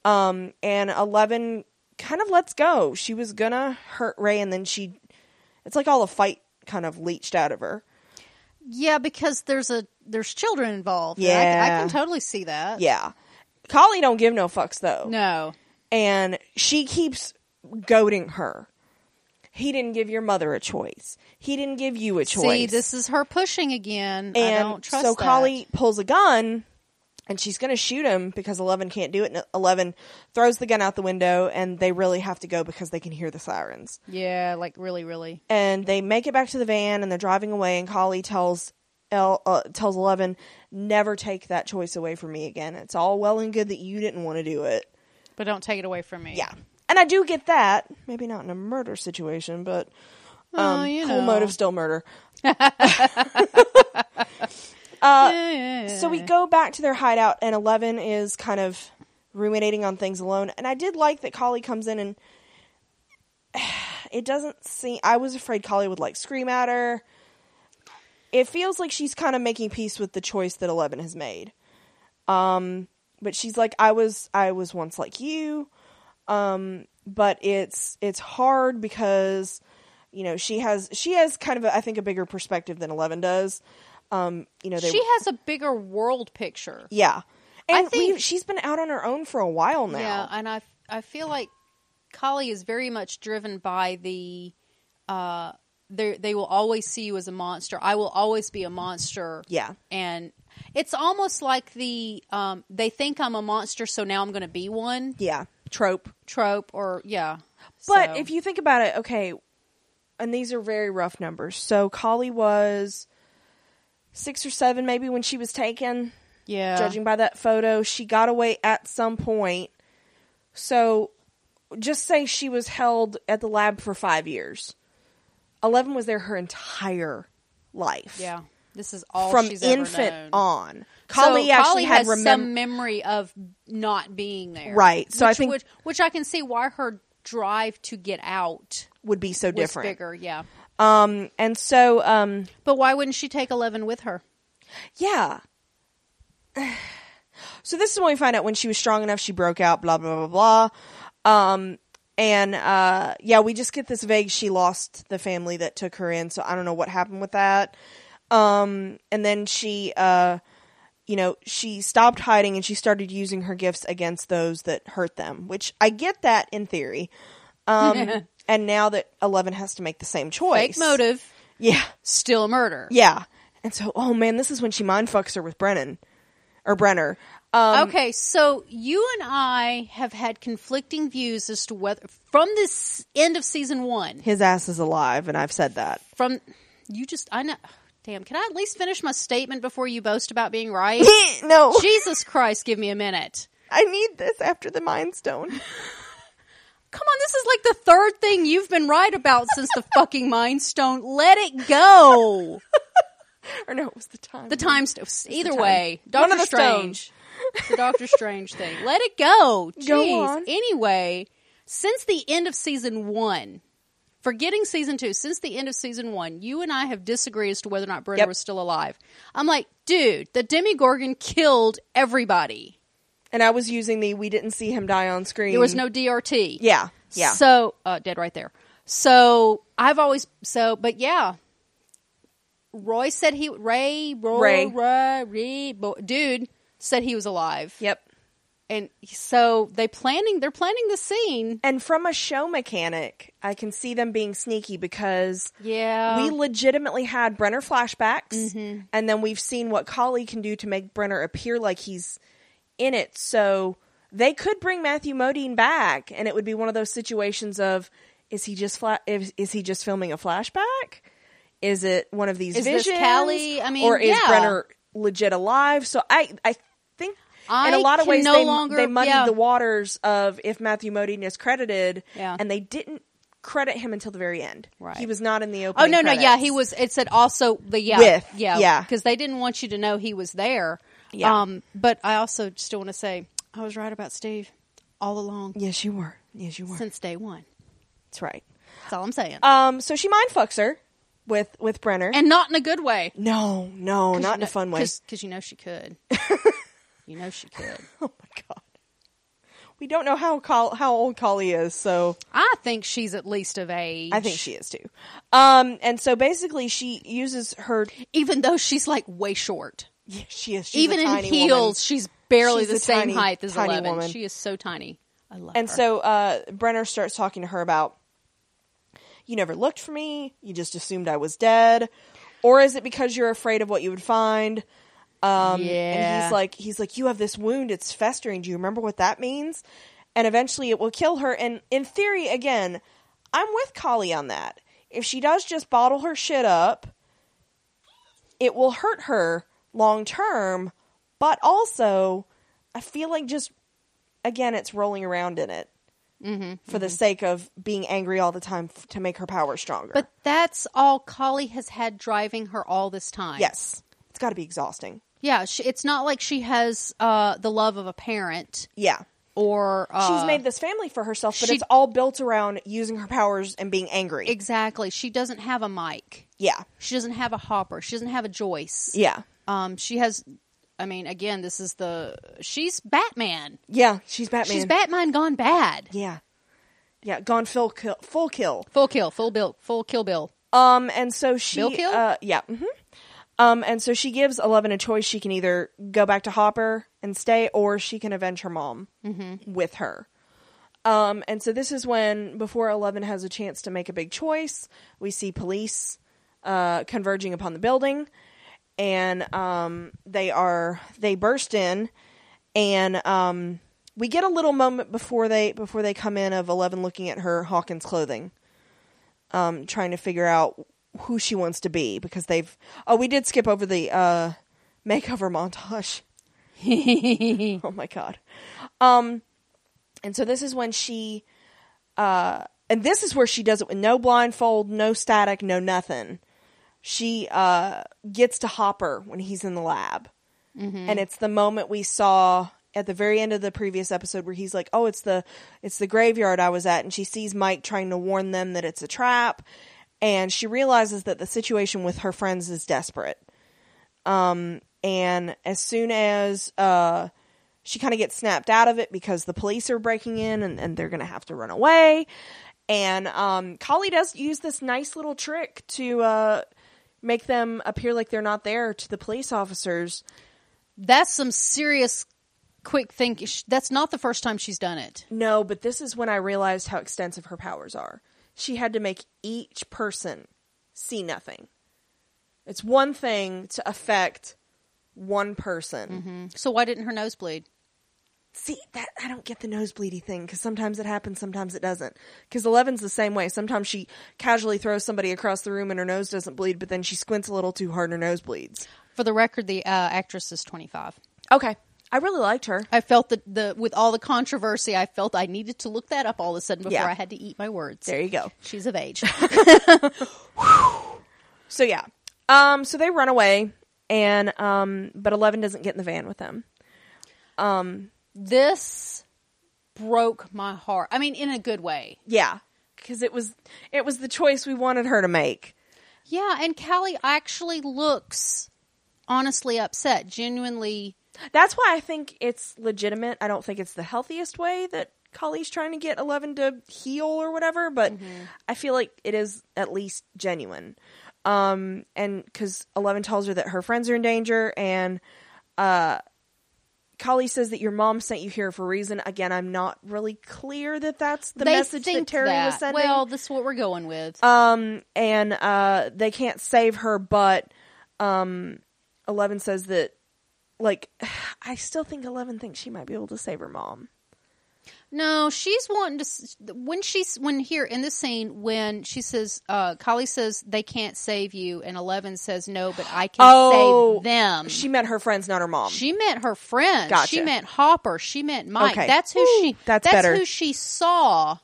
S1: Um, and Eleven kind of lets go. She was gonna hurt Ray, and then she, it's like all the fight kind of leached out of her.
S2: Yeah, because there's a there's children involved. I- I,
S1: Yeah.
S2: can totally see that.
S1: Yeah, Collie don't give no fucks though,
S2: No.
S1: and she keeps goading her. He didn't give your mother a choice. He didn't give you a choice.
S2: See, this is her pushing again.
S1: And
S2: I don't trust
S1: so
S2: that.
S1: Kali pulls a gun and she's going to shoot him because Eleven can't do it. And Eleven throws the gun out the window and they really have to go because they can hear the sirens.
S2: Yeah, like really, really.
S1: And they make it back to the van and they're driving away. And Kali tells El, uh, tells Eleven, "Never take that choice away from me again. It's all well and good that you didn't want to do it."
S2: But don't take it away from me.
S1: Yeah, and I do get that. Maybe not in a murder situation, but um,
S2: Oh, you
S1: cool
S2: know.
S1: motive still murder. Uh,
S2: Yeah, yeah, yeah.
S1: So we go back to their hideout, and Eleven is kind of ruminating on things alone. And I did like that Collie comes in, and it doesn't seem. I was afraid Collie would like scream at her. It feels like she's kind of making peace with the choice that Eleven has made. Um, but she's like, I was, I was once like you. Um, but it's it's hard because you know she has she has kind of a, I think a bigger perspective than Eleven does. Um, you know they
S2: she has a bigger world picture.
S1: yeah.
S2: I
S1: And we
S2: think-
S1: she's been out on her own for a while now.
S2: Yeah, and I I feel like Kali is very much driven by the uh they they will always see you as a monster. I will always be a monster.
S1: Yeah.
S2: And it's almost like the um they think I'm a monster so now I'm going to be one
S1: Yeah. Trope.
S2: trope or yeah.
S1: But
S2: So-
S1: if you think about it, okay, and these are very rough numbers. So Collie was six or seven maybe when she was taken.
S2: yeah.
S1: Judging by that photo, she got away at some point. So just say she was held at the lab for five years. Eleven was there her entire life.
S2: Yeah. This is all
S1: From
S2: she's ever known.
S1: infant on. Collie
S2: so
S1: actually
S2: Kali
S1: had
S2: has
S1: remember
S2: some memory of not being there,
S1: Right. So I
S2: which,
S1: think-
S2: which, which I can see why her drive to get out
S1: would be so
S2: was
S1: different.
S2: bigger, yeah.
S1: Um, and so, um,
S2: But why wouldn't she take Eleven with her?
S1: yeah. So this is when we find out when she was strong enough, she broke out, blah, blah, blah, blah. Um, and, uh, yeah, we just get this vague, she lost the family that took her in. So I don't know what happened with that. Um, and then she, uh, you know, she stopped hiding and she started using her gifts against those that hurt them, which I get that in theory. Um, and now that Eleven has to make the same choice.
S2: Fake motive,
S1: Yeah.
S2: still murder.
S1: Yeah. And so, oh man, this is when she mind fucks her with Brennan or Brenner. Um,
S2: okay, so you and I have had conflicting views as to whether from this end of season one,
S1: his ass is alive, and I've said that.
S2: from you just I know. Damn, can I at least finish my statement before you boast about being right?
S1: no,
S2: Jesus Christ, give me a minute.
S1: I need this after the Mind Stone.
S2: Come on, this is like the third thing you've been right about since the fucking Mind Stone. Let it go.
S1: or no, it was the time.
S2: The time st- either
S1: time.
S2: way,
S1: One
S2: Doctor
S1: of the
S2: Strange, the Doctor Strange thing. Let it go. Jeez.
S1: on.
S2: Anyway, since the end of season one, forgetting season two, since the end of season one, you and I have disagreed as to whether or not Britta
S1: Yep.
S2: was still alive. I'm like, dude, the Demigorgon killed everybody.
S1: and I was using the "we didn't see him die on screen."
S2: There was no DRT.
S1: Yeah, yeah.
S2: So uh, dead right there. So I've always so, but yeah. Roy said he Ray Roy
S1: Ray.
S2: Ray, Ray, boy, dude said he was alive.
S1: Yep.
S2: And so they planning they're planning the scene.
S1: And from a show mechanic, I can see them being sneaky because
S2: Yeah. Mm-hmm.
S1: we legitimately had Brenner flashbacks, and then we've seen what Collie can do to make Brenner appear like he's in it. So they could bring Matthew Modine back, and it would be one of those situations of is he just fla- is, is he just filming a flashback? Is it one of these
S2: Is this
S1: visions?
S2: Callie? I mean,
S1: or is
S2: yeah.
S1: Brenner legit alive? So I I think. in
S2: I
S1: a lot of
S2: can
S1: ways,
S2: no
S1: they,
S2: longer-
S1: they muddied
S2: yeah.
S1: the waters of if Matthew Modine is credited,
S2: Yeah.
S1: and they didn't credit him until the very end.
S2: Right.
S1: He was not in the
S2: Oh
S1: opening.
S2: no, no, yeah,
S1: credits.
S2: he was. It said also the yeah,
S1: With,
S2: yeah,
S1: yeah.
S2: because they didn't want you to know he was there.
S1: Yeah.
S2: Um, but I also still want to say I was right about Steve all along
S1: Yes, you were. Yes, you were.
S2: since day one.
S1: That's right.
S2: That's all I'm saying,
S1: Um, so she mind fucks her with with Brenner.
S2: and not in a good way,
S1: no, no, not in a fun way.
S2: because you know she could. you know she could.
S1: Oh my god. We don't know how Col- how old Collie is, so
S2: I think she's at least of age.
S1: I think she is too. Um, and so basically, she uses her.
S2: even though she's like way short,
S1: Yeah, she is. She's a
S2: even in
S1: tiny woman.
S2: heels, she's barely
S1: She's
S2: the
S1: a
S2: same
S1: tiny-
S2: height as
S1: tiny
S2: eleven.
S1: woman.
S2: She is so tiny. I love
S1: And
S2: her.
S1: so uh, Brenner starts talking to her about, you never looked for me. You just assumed I was dead, or is it because you're afraid of what you would find? Um, And
S2: Yeah.
S1: he's like, he's like, you have this wound. It's festering. Do you remember what that means? And eventually, it will kill her. And in theory, again, I'm with Collie on that. If she does just bottle her shit up, it will hurt her long term. But also, I feel like just again, it's rolling around in it
S2: Mm-hmm,
S1: for the sake of being angry all the time f- to make her power stronger.
S2: But that's all Collie has had driving her all this time.
S1: yes, it's got to be exhausting.
S2: Yeah. She, it's not like she has uh, the love of a parent
S1: Yeah.
S2: or. Uh,
S1: She's made this family for herself, but
S2: she-
S1: it's all built around using her powers and being angry.
S2: Exactly. She doesn't have a Mike.
S1: yeah.
S2: She doesn't have a Hopper. She doesn't have a Joyce.
S1: Yeah.
S2: Um, she has. I mean, again, this is the. She's Batman.
S1: Yeah. She's Batman.
S2: She's Batman gone bad.
S1: Yeah. Yeah. Gone full kill. Full kill.
S2: Full kill. Full bill. Full kill bill.
S1: Um, and so she,
S2: Bill Kill?
S1: uh, yeah, hmm um, and so she gives Eleven a choice. She can either go back to Hopper and stay, or she can avenge her mom with her. Um, and so this is when, before Eleven has a chance to make a big choice, we see police uh, converging upon the building, and um, they are they burst in, and um, we get a little moment before they before they come in of Eleven looking at her Hawkins clothing um, trying to figure out who she wants to be because they've. Oh, we did skip over the uh, makeover montage. oh my god. Um, and so this is when she, uh, and this is where she does it with no blindfold, no static, no nothing. She uh, gets to Hopper when he's in the lab, and it's the moment we saw at the very end of the previous episode where he's like, "Oh, it's the it's the graveyard I was at," and she sees Mike trying to warn them that it's a trap, and she realizes that the situation with her friends is desperate Um, and as soon as uh, she kind of gets snapped out of it because the police are breaking in and, and they're going to have to run away and um, collie does use this nice little trick to uh, make them appear like they're not there to the police officers
S2: That's some serious quick thinking. Sh- That's not the first time she's done it.
S1: no but this is when i realized how extensive her powers are she had to make each person see nothing it's one thing to affect one person
S2: So why didn't her nose bleed?
S1: See that I don't get the nosebleedy thing because sometimes it happens, sometimes it doesn't. Because Eleven's the same way. Sometimes she casually throws somebody across the room and her nose doesn't bleed, but then she squints a little too hard and her nose bleeds.
S2: For the record, the uh, actress is 25.
S1: Okay, I really liked her.
S2: I felt that the with all the controversy, I felt I needed to look that up all of a sudden before
S1: Yeah.
S2: I had to eat my words.
S1: There you go.
S2: She's of age.
S1: So yeah, um, so they run away, and um, but Eleven doesn't get in the van with them.
S2: this broke my heart. I mean, in a good way.
S1: Yeah, because it was it was the choice we wanted her to make.
S2: Yeah, and Callie actually looks honestly upset, genuinely
S1: That's why I think it's legitimate. I don't think it's the healthiest way that Kali's trying to get Eleven to heal or whatever, but I feel like it is at least genuine. Um, and because Eleven tells her that her friends are in danger, and uh, Kali says that your mom sent you here for a reason. Again, I'm not really clear that that's the message that Terry was sending.
S2: Well, this is what we're going with.
S1: Um, and uh, they can't save her, but um, Eleven says that, like, I still think Eleven thinks she might be able to save her mom.
S2: No, she's wanting to s- when she's when here in this scene when she says uh Kali says they can't save you and Eleven says no, but I can save them.
S1: Oh, She met her friends, not her mom.
S2: She meant her friends. She
S1: Gotcha.
S2: meant Hopper. She meant Mike.
S1: Okay.
S2: That's who
S1: Whew,
S2: she.
S1: that's
S2: that's
S1: better.
S2: who she saw.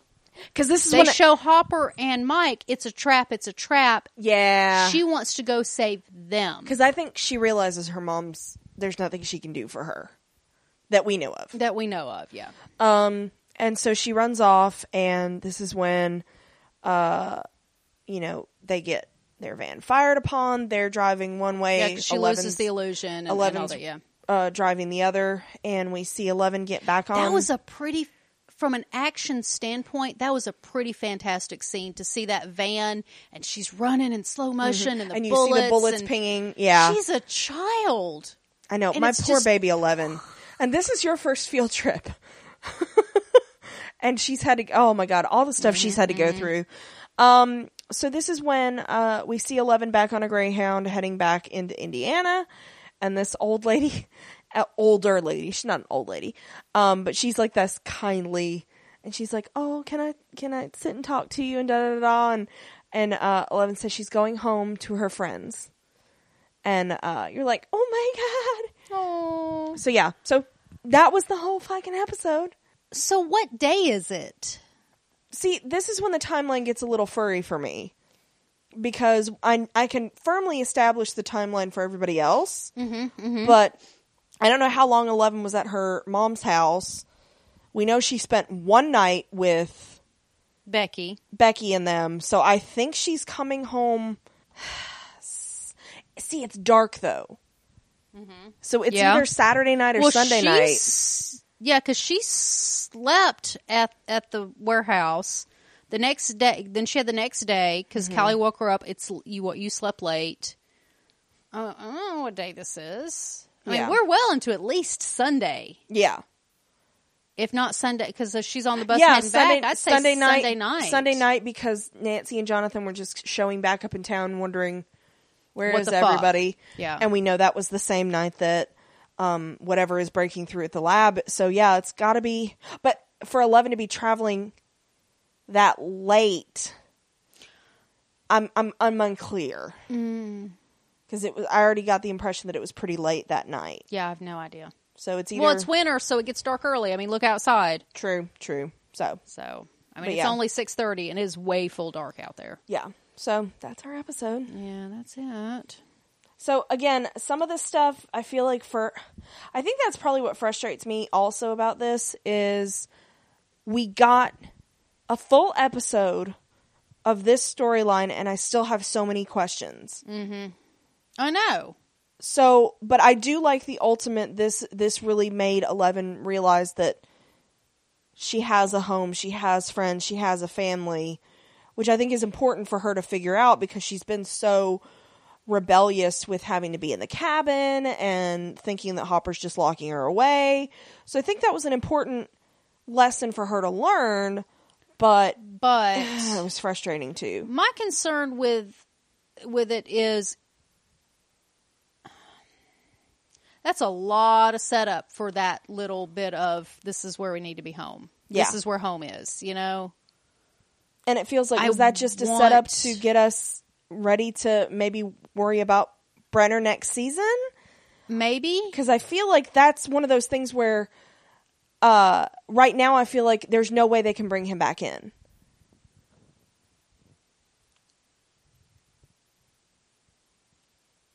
S1: Because this is
S2: They
S1: when I-
S2: show Hopper and Mike. It's a trap. It's a trap.
S1: yeah.
S2: She wants to go save them.
S1: Because I think she realizes her mom's there's nothing she can do for her that we knew of.
S2: That we know of. Yeah.
S1: Um, and so she runs off, and this is when, uh, you know, they get their van fired upon. They're driving one way.
S2: Yeah. 'cause she loses
S1: Eleven's-
S2: the illusion. And, and all
S1: Eleven's
S2: that. Yeah.
S1: uh, driving the other, and we see Eleven get back on.
S2: That was a pretty, from an action standpoint, that was a pretty fantastic scene to see that van and she's running in slow motion and the
S1: Mm-hmm. and you
S2: bullets.
S1: see the bullets
S2: and
S1: pinging. Yeah,
S2: She's a child.
S1: I know.
S2: and
S1: My
S2: it's
S1: poor
S2: just-
S1: baby Eleven. And this is your first field trip, and she's had to. Oh my god, all the stuff she's had to
S2: Mm-hmm,
S1: go through. Um, so this is when uh, we see Eleven back on a Greyhound heading back into Indiana, and this old lady, uh, older lady. She's not an old lady, um, but she's like this kindly, and she's like, "Oh, can I can I sit and talk to you?" And da da da. da. And and uh, Eleven says she's going home to her friends, and uh, you're like, "Oh my god."
S2: Oh.
S1: So yeah, so that was the whole fucking episode.
S2: So what day is it?
S1: See, this is when the timeline gets a little furry for me because I I can firmly establish the timeline for everybody else, but I don't know how long Eleven was at her mom's house. We know she spent one night with
S2: Becky.
S1: Becky and them, so I think she's coming home. See, it's dark though, so it's
S2: Yeah.
S1: either Saturday night or Sunday
S2: she
S1: night.
S2: s- Yeah, because she slept at at the warehouse the next day. Then she had the next day because Callie woke her up. It's you. You slept late. Uh, I don't know what day this is. I mean,
S1: Yeah.
S2: we're well into at least Sunday,
S1: yeah.
S2: if not Sunday, because she's on the bus
S1: yeah,
S2: heading
S1: Sunday,
S2: back. I'd say
S1: Sunday night,
S2: Sunday night.
S1: Sunday night, because Nancy and Jonathan were just showing back up in town, wondering where is
S2: What the fuck?
S1: everybody.
S2: Yeah.
S1: and we know that was the same night that um, whatever is breaking through at the lab. So yeah, it's got to be. But for Eleven to be traveling that late, I'm I'm I'm unclear
S2: Mm.
S1: because it was. I already got the impression that it was pretty late that night.
S2: Yeah, I have no idea.
S1: So it's either
S2: Well, it's winter, so it gets dark early. I mean, look outside.
S1: true, true. So
S2: So, I
S1: But
S2: mean, it's
S1: yeah.
S2: only six thirty, and it is way full dark out there.
S1: yeah, so that's our episode.
S2: Yeah, that's it.
S1: So again, some of this stuff I feel like for I think that's probably what frustrates me also about this is we got a full episode of this storyline and I still have so many questions.
S2: I know.
S1: So, but I do like the ultimate this this really made 11 realize that she has a home, she has friends, she has a family, which I think is important for her to figure out because she's been so rebellious with having to be in the cabin and thinking that Hopper's just locking her away. So I think that was an important lesson for her to learn, but
S2: But
S1: it was frustrating too.
S2: my concern with with it is that's a lot of setup for that little bit of this is where we need to be home. This
S1: Yeah.
S2: is where home is, you know?
S1: And it feels like
S2: I
S1: was that just a
S2: want-
S1: setup to get us ready to maybe worry about Brenner next season?
S2: Maybe.
S1: because I feel like that's one of those things where uh, right now I feel like there's no way they can bring him back in.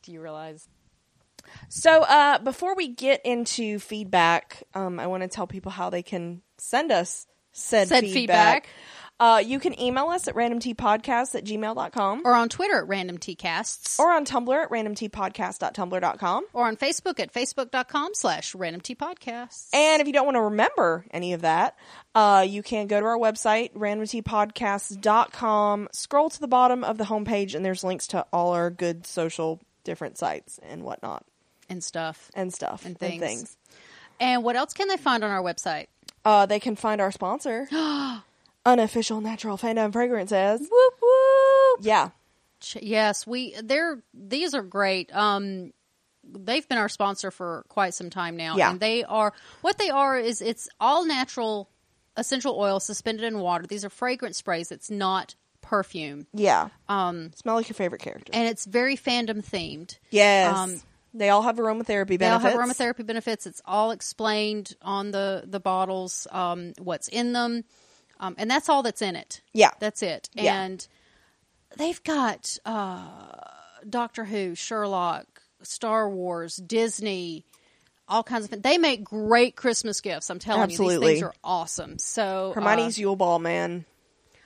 S2: Do you realize?
S1: So uh, before we get into feedback, um, I want to tell people how they can send us said,
S2: Said
S1: feedback.
S2: feedback.
S1: Uh, you can email us at randomtpodcast at gmail.com
S2: or on Twitter at Random Tea Casts, or,
S1: or on Tumblr at randomtpodcast.tumblr.com.
S2: on Facebook at facebook.com slash Random Tea Podcasts.
S1: And if you don't want to remember any of that, uh, you can go to our website, randomtpodcast.com, scroll to the bottom of the homepage, and there's links to all our good social different sites and whatnot
S2: and stuff.
S1: and stuff
S2: And things. And what else can they find on our website?
S1: Uh, they can find our sponsor, Unofficial Natural Fandom Fragrances.
S2: Whoop whoop.
S1: Yeah.
S2: Ch- Yes, we they're these are great. Um they've been our sponsor for quite some time now
S1: Yeah.
S2: and they are what they are is it's all natural essential oil suspended in water. These are fragrance sprays. It's not perfume.
S1: Yeah.
S2: Um
S1: Smell like your favorite character.
S2: and it's very fandom themed.
S1: yes.
S2: um,
S1: they all have aromatherapy benefits.
S2: They all have aromatherapy benefits. It's all explained on the the bottles, um, what's in them, um, and that's all that's in it.
S1: Yeah.
S2: that's it.
S1: Yeah.
S2: And they've got uh, Doctor Who, Sherlock, Star Wars, Disney, all kinds of. They make great Christmas gifts. I'm telling you,
S1: Absolutely.
S2: these things are awesome. So uh,
S1: Hermione's Yule Ball, man.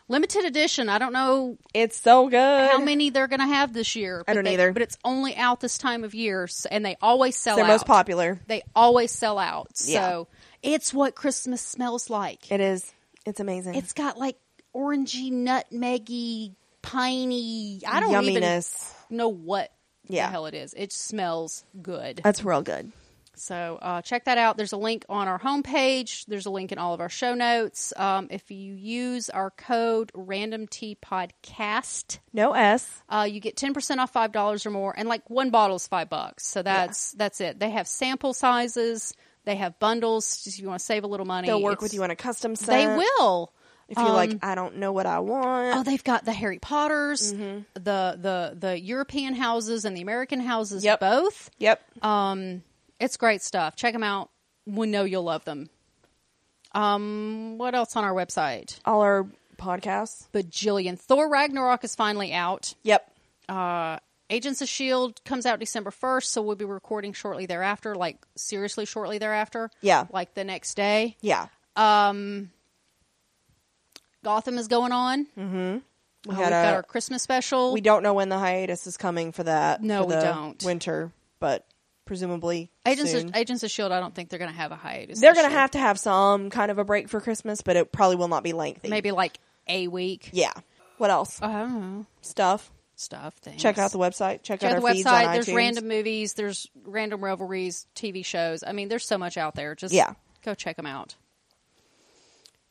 S2: limited edition. I don't know
S1: It's so good.
S2: how many they're going to have this year. but
S1: don't
S2: they-
S1: either.
S2: But it's only out this time of year, s- and they always sell
S1: It's their
S2: out
S1: most popular.
S2: they always sell out.
S1: Yeah.
S2: So it's what Christmas smells like.
S1: It is. It's amazing.
S2: It's got like orangey, nutmeggy, piney. I don't
S1: Yumminess.
S2: even know what
S1: Yeah. Uh,
S2: the hell it is. It smells good.
S1: That's real good.
S2: So uh, check that out. There's a link on our homepage. There's a link in all of our show notes. Um, if you use our code Random Tea Podcast,
S1: No S.
S2: uh, you get ten percent off five dollars or more, and like one bottle's five bucks. So that's that's it. They have sample sizes. They have bundles. Just if you want to save a little money,
S1: They'll work
S2: it's-
S1: with you on a custom set.
S2: They will. um,
S1: If you're like, I don't know what I want.
S2: Oh, they've got the Harry Potters, the the the European houses and the American houses.
S1: Yep.
S2: Both.
S1: yep.
S2: Um, it's great stuff. Check them out. We know you'll love them. Um, what else on our website?
S1: All our podcasts.
S2: Bajillion. Thor Ragnarok is finally out.
S1: Yep.
S2: uh, Agents of S.H.I.E.L.D. comes out December 1st, so we'll be recording shortly thereafter, like seriously shortly thereafter.
S1: Yeah.
S2: Like the next day.
S1: Yeah.
S2: Um, Gotham is going on. Mm-hmm. We
S1: We
S2: have
S1: had
S2: got
S1: a-
S2: our Christmas special.
S1: We don't know when the hiatus is coming for that.
S2: No,
S1: for
S2: we
S1: the
S2: don't.
S1: Winter, but presumably
S2: Agents
S1: soon.
S2: of, Agents of S.H.I.E.L.D., I don't think they're going to have a hiatus.
S1: They're
S2: this
S1: going to
S2: year.
S1: have to have some kind of a break for Christmas, but it probably will not be lengthy.
S2: maybe Uh, like a week.
S1: Yeah. What else?
S2: I don't know.
S1: Stuff.
S2: Stuff. Things.
S1: Check out the website. Check,
S2: Check
S1: out
S2: out
S1: our
S2: the
S1: feeds on
S2: website. There's
S1: iTunes.
S2: random movies. There's random revelries, TV shows. I mean, there's so much out there. Just
S1: Yeah.
S2: go check them out.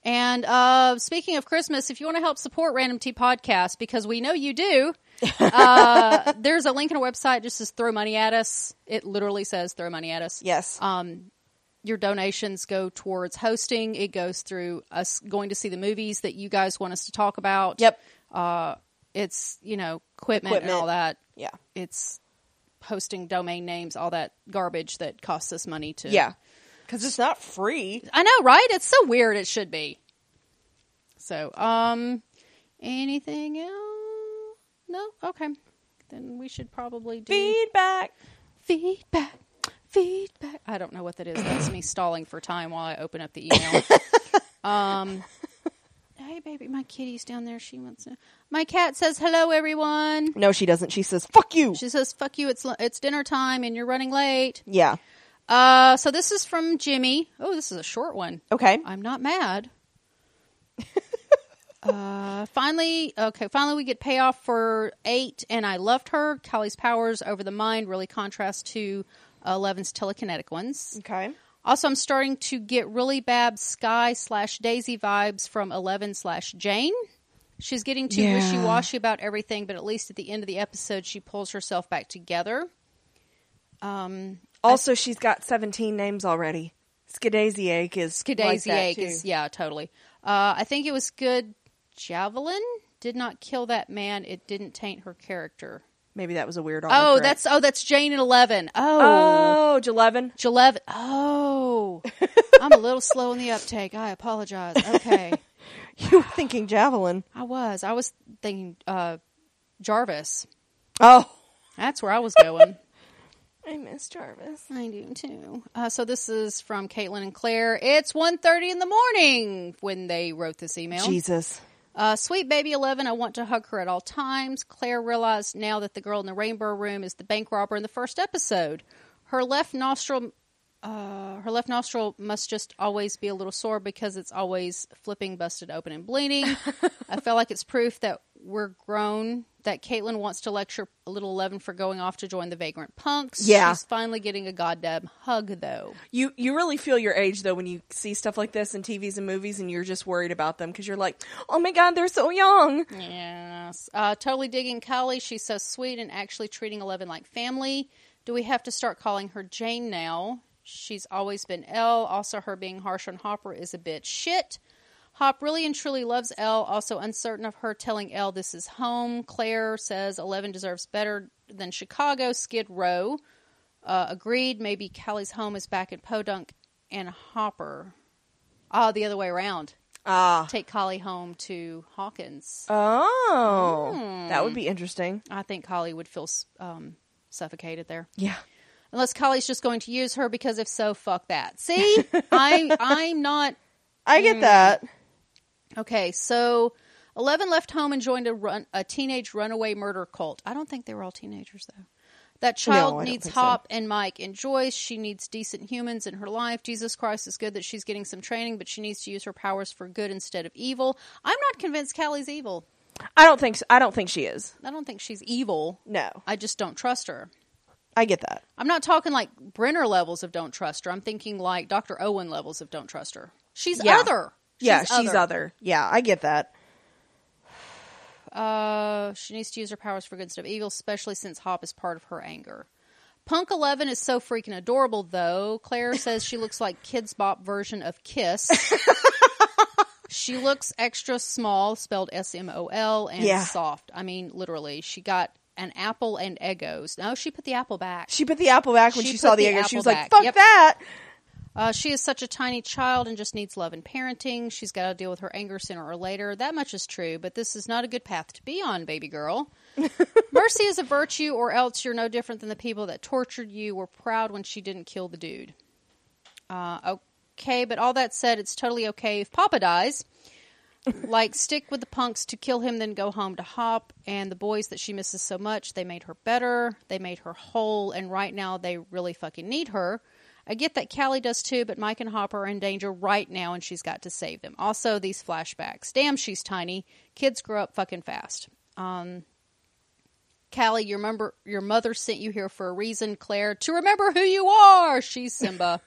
S2: And uh, speaking of Christmas, if you want to help support Random Tea Podcast, because we know you do, uh, there's a link on our website. It just says throw money at us. It literally says throw money at us.
S1: Yes.
S2: Um, your donations go towards hosting. It goes through us going to see the movies that you guys want us to talk about.
S1: yep.
S2: Uh, it's you know equipment, and
S1: Equipment.
S2: all that
S1: Yeah.
S2: it's hosting domain names, all that garbage that costs us money to.
S1: Yeah. Because it's not free.
S2: I know, right? It's so weird. It should be. So, um, anything else? No. Okay. Then we should probably do
S1: Feedback.
S2: feedback. Feedback. I don't know what that is. That's me stalling for time while I open up the email. um. Hey, baby, my kitty's down there. She wants to. My cat says hello, everyone.
S1: No, she doesn't. She says, fuck you.
S2: She says, "Fuck you! It's lu- it's dinner time, and you're running late."
S1: yeah.
S2: Uh, so this is from Jimmy. Oh, this is a short one.
S1: Okay.
S2: I'm not mad. uh, finally, okay, finally we get payoff for eight, and I loved her. Callie's powers over the mind really contrast to Eleven's telekinetic ones.
S1: okay.
S2: Also, I'm starting to get really bad Sky slash Daisy vibes from Eleven slash Jane. She's getting too
S1: Yeah.
S2: wishy washy about everything, but at least at the end of the episode, she pulls herself back together. Um,
S1: Also, she's got 17 names already. Skidasiac is.
S2: Kadazy
S1: like that, too.
S2: is yeah, totally. Uh, I think it was good. Javelin did not kill that man. It didn't taint her character.
S1: Maybe that was a weird
S2: Oh,
S1: autocorrect.
S2: that's oh, that's Jane and Eleven. Oh,
S1: Oh, Jeleven.
S2: Jeleven. Oh, I'm a little slow in the uptake. I apologize. Okay,
S1: You were thinking Javelin.
S2: I was I was thinking uh, Jarvis.
S1: Oh.
S2: That's where I was going.
S1: I miss Jarvis.
S2: I do too. Uh, so this is from Caitlin and Claire. It's 1.30 in the morning when they wrote this email.
S1: Jesus.
S2: Uh, sweet baby 11, I want to hug her at all times. Claire realized now that the girl in the rainbow room is the bank robber in the first episode. Her left nostril. Uh, her left nostril must just always be a little sore because it's always flipping, busted open, and bleeding. I feel like it's proof that we're grown. That Caitlin wants to lecture little Eleven for going off to join the vagrant punks.
S1: Yeah.
S2: she's finally getting a goddamn hug though.
S1: You you really feel your age though when you see stuff like this in TVs and movies, and you're just worried about them because you're like, oh my god, they're so young.
S2: Yes. Uh, totally digging Kylie. She's so sweet and actually treating Eleven like family. Do we have to start calling her Jane now? She's always been L. Also, her being harsh on Hopper is a bit shit. Hop really and truly loves L. Also, uncertain of her telling L this is home. Claire says Eleven deserves better than Chicago, Skid Row. Uh, agreed. Maybe Callie's home is back in Podunk and Hopper. Ah, the other way around.
S1: Ah,
S2: Take Collie home to Hawkins.
S1: oh,
S2: Hmm.
S1: that would be interesting.
S2: I think Collie would feel um, suffocated there.
S1: Yeah,
S2: Unless Collie's just going to use her because if so, fuck that. See, I I'm not
S1: I
S2: Hmm.
S1: get that.
S2: okay. So Eleven left home and joined a run a teenage runaway murder cult. I don't think they were all teenagers though. That
S1: I
S2: child
S1: don't
S2: needs
S1: think so.
S2: Hop and Mike and Joyce. She needs decent humans in her life. Jesus Christ is good that she's getting some training, but she needs to use her powers for good instead of evil. I'm not convinced Callie's evil.
S1: I don't think so. I don't think she is.
S2: I don't think she's evil.
S1: No,
S2: I just don't trust her.
S1: I get that.
S2: I'm not talking like Brenner levels of don't trust her. I'm thinking like Dr. Owen levels of don't trust her. She's
S1: Yeah.
S2: other.
S1: yeah, she's other. Yeah, I get that.
S2: Uh, she needs to use her powers for good instead of evil, especially since Hop is part of her anger. Punk Eleven is so freaking adorable, though. Claire says she looks like Kids Bop version of Kiss. she looks extra small, spelled S M O L, and
S1: Yeah.
S2: soft. I mean, literally, she got an apple and Eggos. No, she put the apple back.
S1: She put the apple back when
S2: She
S1: she,
S2: put
S1: saw the,
S2: the
S1: egg. She
S2: apple
S1: was
S2: back.
S1: like, "Fuck
S2: Yep.
S1: that."
S2: Uh, she is such a tiny child and just needs love and parenting. She's got to deal with her anger sooner or later. That much is true, but this is not a good path to be on, baby girl. Mercy is a virtue, or else you're no different than the people that tortured you were proud when she didn't kill the dude. Uh, okay, but all that said, it's totally okay if Papa dies. like, stick with the punks to kill him, then go home to Hop and the boys that she misses so much. They made her better, they made her whole, and right now they really fucking need her. I get that Callie does too, but Mike and Hop are in danger right now, and she's got to save them. Also, these flashbacks. Damn, she's tiny. Kids grow up fucking fast. Um, Callie, your remember your mother sent you here for a reason, Claire, to remember who you are. She's Simba.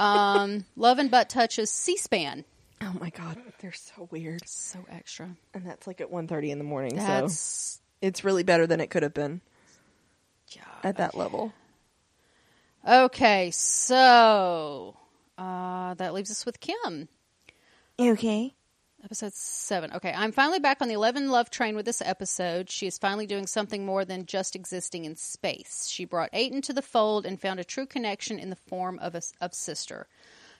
S2: um, love and butt touches C-SPAN.
S1: Oh my god, they're so weird.
S2: So extra.
S1: And that's like at 1.30 in the morning, so
S2: That's
S1: it's really better than it could have been
S2: yeah.
S1: at that level.
S2: Okay, so uh, that leaves us with Kim.
S1: Okay.
S2: Episode seven. Okay, I'm finally back on the Eleven Love train with this episode. She is finally doing something more than just existing in space. She brought Aiden to the fold and found a true connection in the form of a, of sister.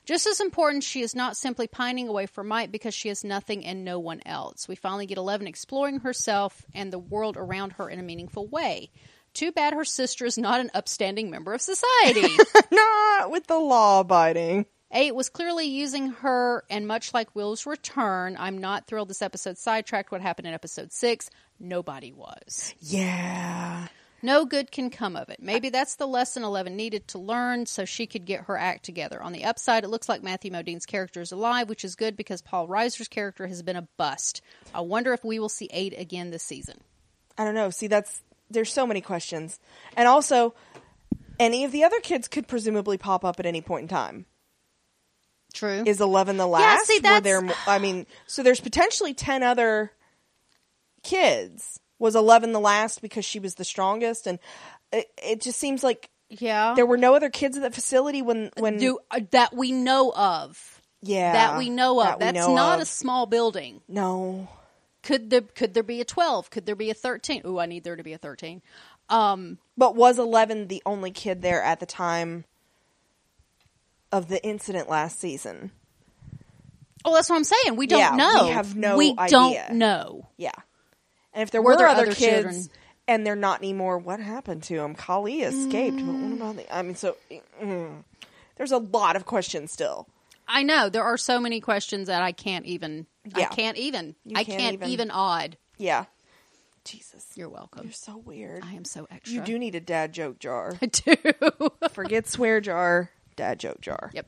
S2: Just as important, she is not simply pining away for Mike because she has nothing and no one else. We finally get Eleven exploring herself and the world around her in a meaningful way. Too bad her sister is not an upstanding member of society.
S1: Not with the law abiding.
S2: Eight was clearly using her, and much like Will's return, I'm not thrilled this episode sidetracked what happened in episode six. Nobody was.
S1: Yeah.
S2: No good can come of it. Maybe that's the lesson Eleven needed to learn so she could get her act together. On the upside, it looks like Matthew Modine's character is alive, which is good because Paul Reiser's character has been a bust. I wonder if we will see Eight again this season.
S1: I don't know. See, that's there's so many questions, and also any of the other kids could presumably pop up at any point in time.
S2: True.
S1: Is eleven the last?
S2: see,
S1: Were
S2: that's-
S1: there mo- I mean, so there's potentially ten other kids. Was eleven the last because she was the strongest? And it, it just seems like
S2: yeah.
S1: there were no other kids at the facility when when
S2: Do, uh, that we know of.
S1: yeah
S2: that we know of.
S1: that we
S2: That's
S1: know
S2: not
S1: of.
S2: a small building.
S1: no.
S2: could there could there be a 12 could there be a 13 ooh i need there to be a 13 um
S1: But was eleven the only kid there at the time of the incident last season?
S2: oh that's what i'm saying we don't
S1: Yeah, we
S2: know
S1: have no
S2: we
S1: idea.
S2: don't know
S1: Yeah. And if there were,
S2: Were there
S1: other,
S2: other
S1: kids
S2: children?
S1: and they're not anymore, what happened to them? Kali escaped, but what about the? I mean, so mm, there's a lot of questions still.
S2: I know there are so many questions that I can't even. I
S1: Yeah.
S2: can't even.
S1: You
S2: I
S1: can't
S2: can't even.
S1: even.
S2: odd.
S1: Yeah. Jesus.
S2: You're welcome.
S1: You're so weird.
S2: I am so extra.
S1: You do need a dad joke jar.
S2: I do.
S1: Forget swear jar, dad joke jar.
S2: yep.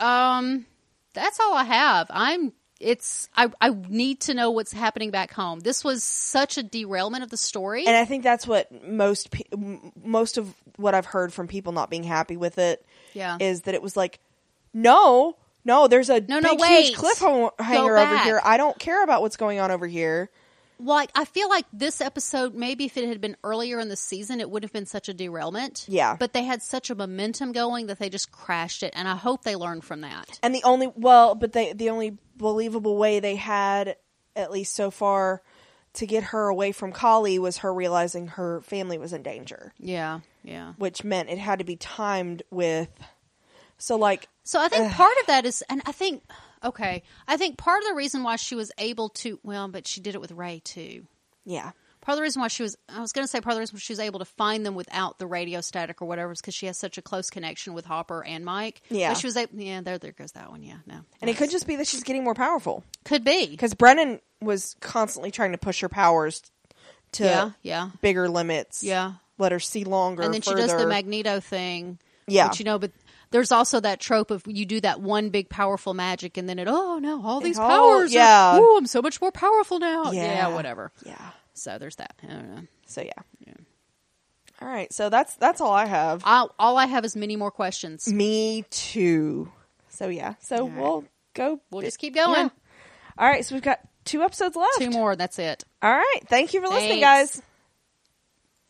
S2: Um, that's all I have. I'm. It's. I. I need to know what's happening back home. This was such a derailment of the story.
S1: And I think that's what most pe- m- most of what I've heard from people not being happy with it is
S2: yeah.
S1: that it was like, no, no, there's a no,
S2: No, no,
S1: big
S2: wait.
S1: huge cliffhanger
S2: Go
S1: over here.
S2: back.
S1: I don't care about what's going on over here.
S2: like I feel like this episode, maybe if it had been earlier in the season, it wouldn't have been such a derailment.
S1: Yeah.
S2: But they had such a momentum going that they just crashed it, and I hope they learned from that.
S1: And the only well, but they the only believable way they had at least so far to get her away from Kali was her realizing her family was in danger,
S2: Yeah, yeah.
S1: which meant it had to be timed with so like
S2: So I think part of that is, and I think, okay, I think part of the reason why she was able to, well, but she did it with Ray too.
S1: yeah.
S2: Part of the reason why she was, I was going to say part of the reason why she was able to find them without the radio static or whatever is because she has such a close connection with Hopper and Mike.
S1: Yeah.
S2: But she was able, yeah, there, there goes that one. Yeah, no.
S1: And it could just be that she's getting more powerful
S2: Could be.
S1: because Brennan was constantly trying to push her powers to
S2: Yeah, yeah.
S1: bigger limits.
S2: Yeah.
S1: let her see longer.
S2: and then she does the
S1: further.
S2: magneto thing
S1: Yeah.
S2: but you know but there's also that trope of you do that one big powerful magic and then it oh no all these
S1: all-
S2: powers yeah
S1: yeah.
S2: are, ooh, i'm so much more powerful now oh,
S1: Yeah.
S2: yeah. whatever
S1: Yeah.
S2: so there's that i don't know
S1: So yeah. All right. So that's that's all I have.
S2: i all i have is many more questions
S1: Me too. So yeah. So
S2: right.
S1: we'll go.
S2: we'll just keep going
S1: Yeah. All right. So we've got two episodes left.
S2: two more that's it
S1: All right. Thank you for listening,
S2: Thanks.
S1: guys.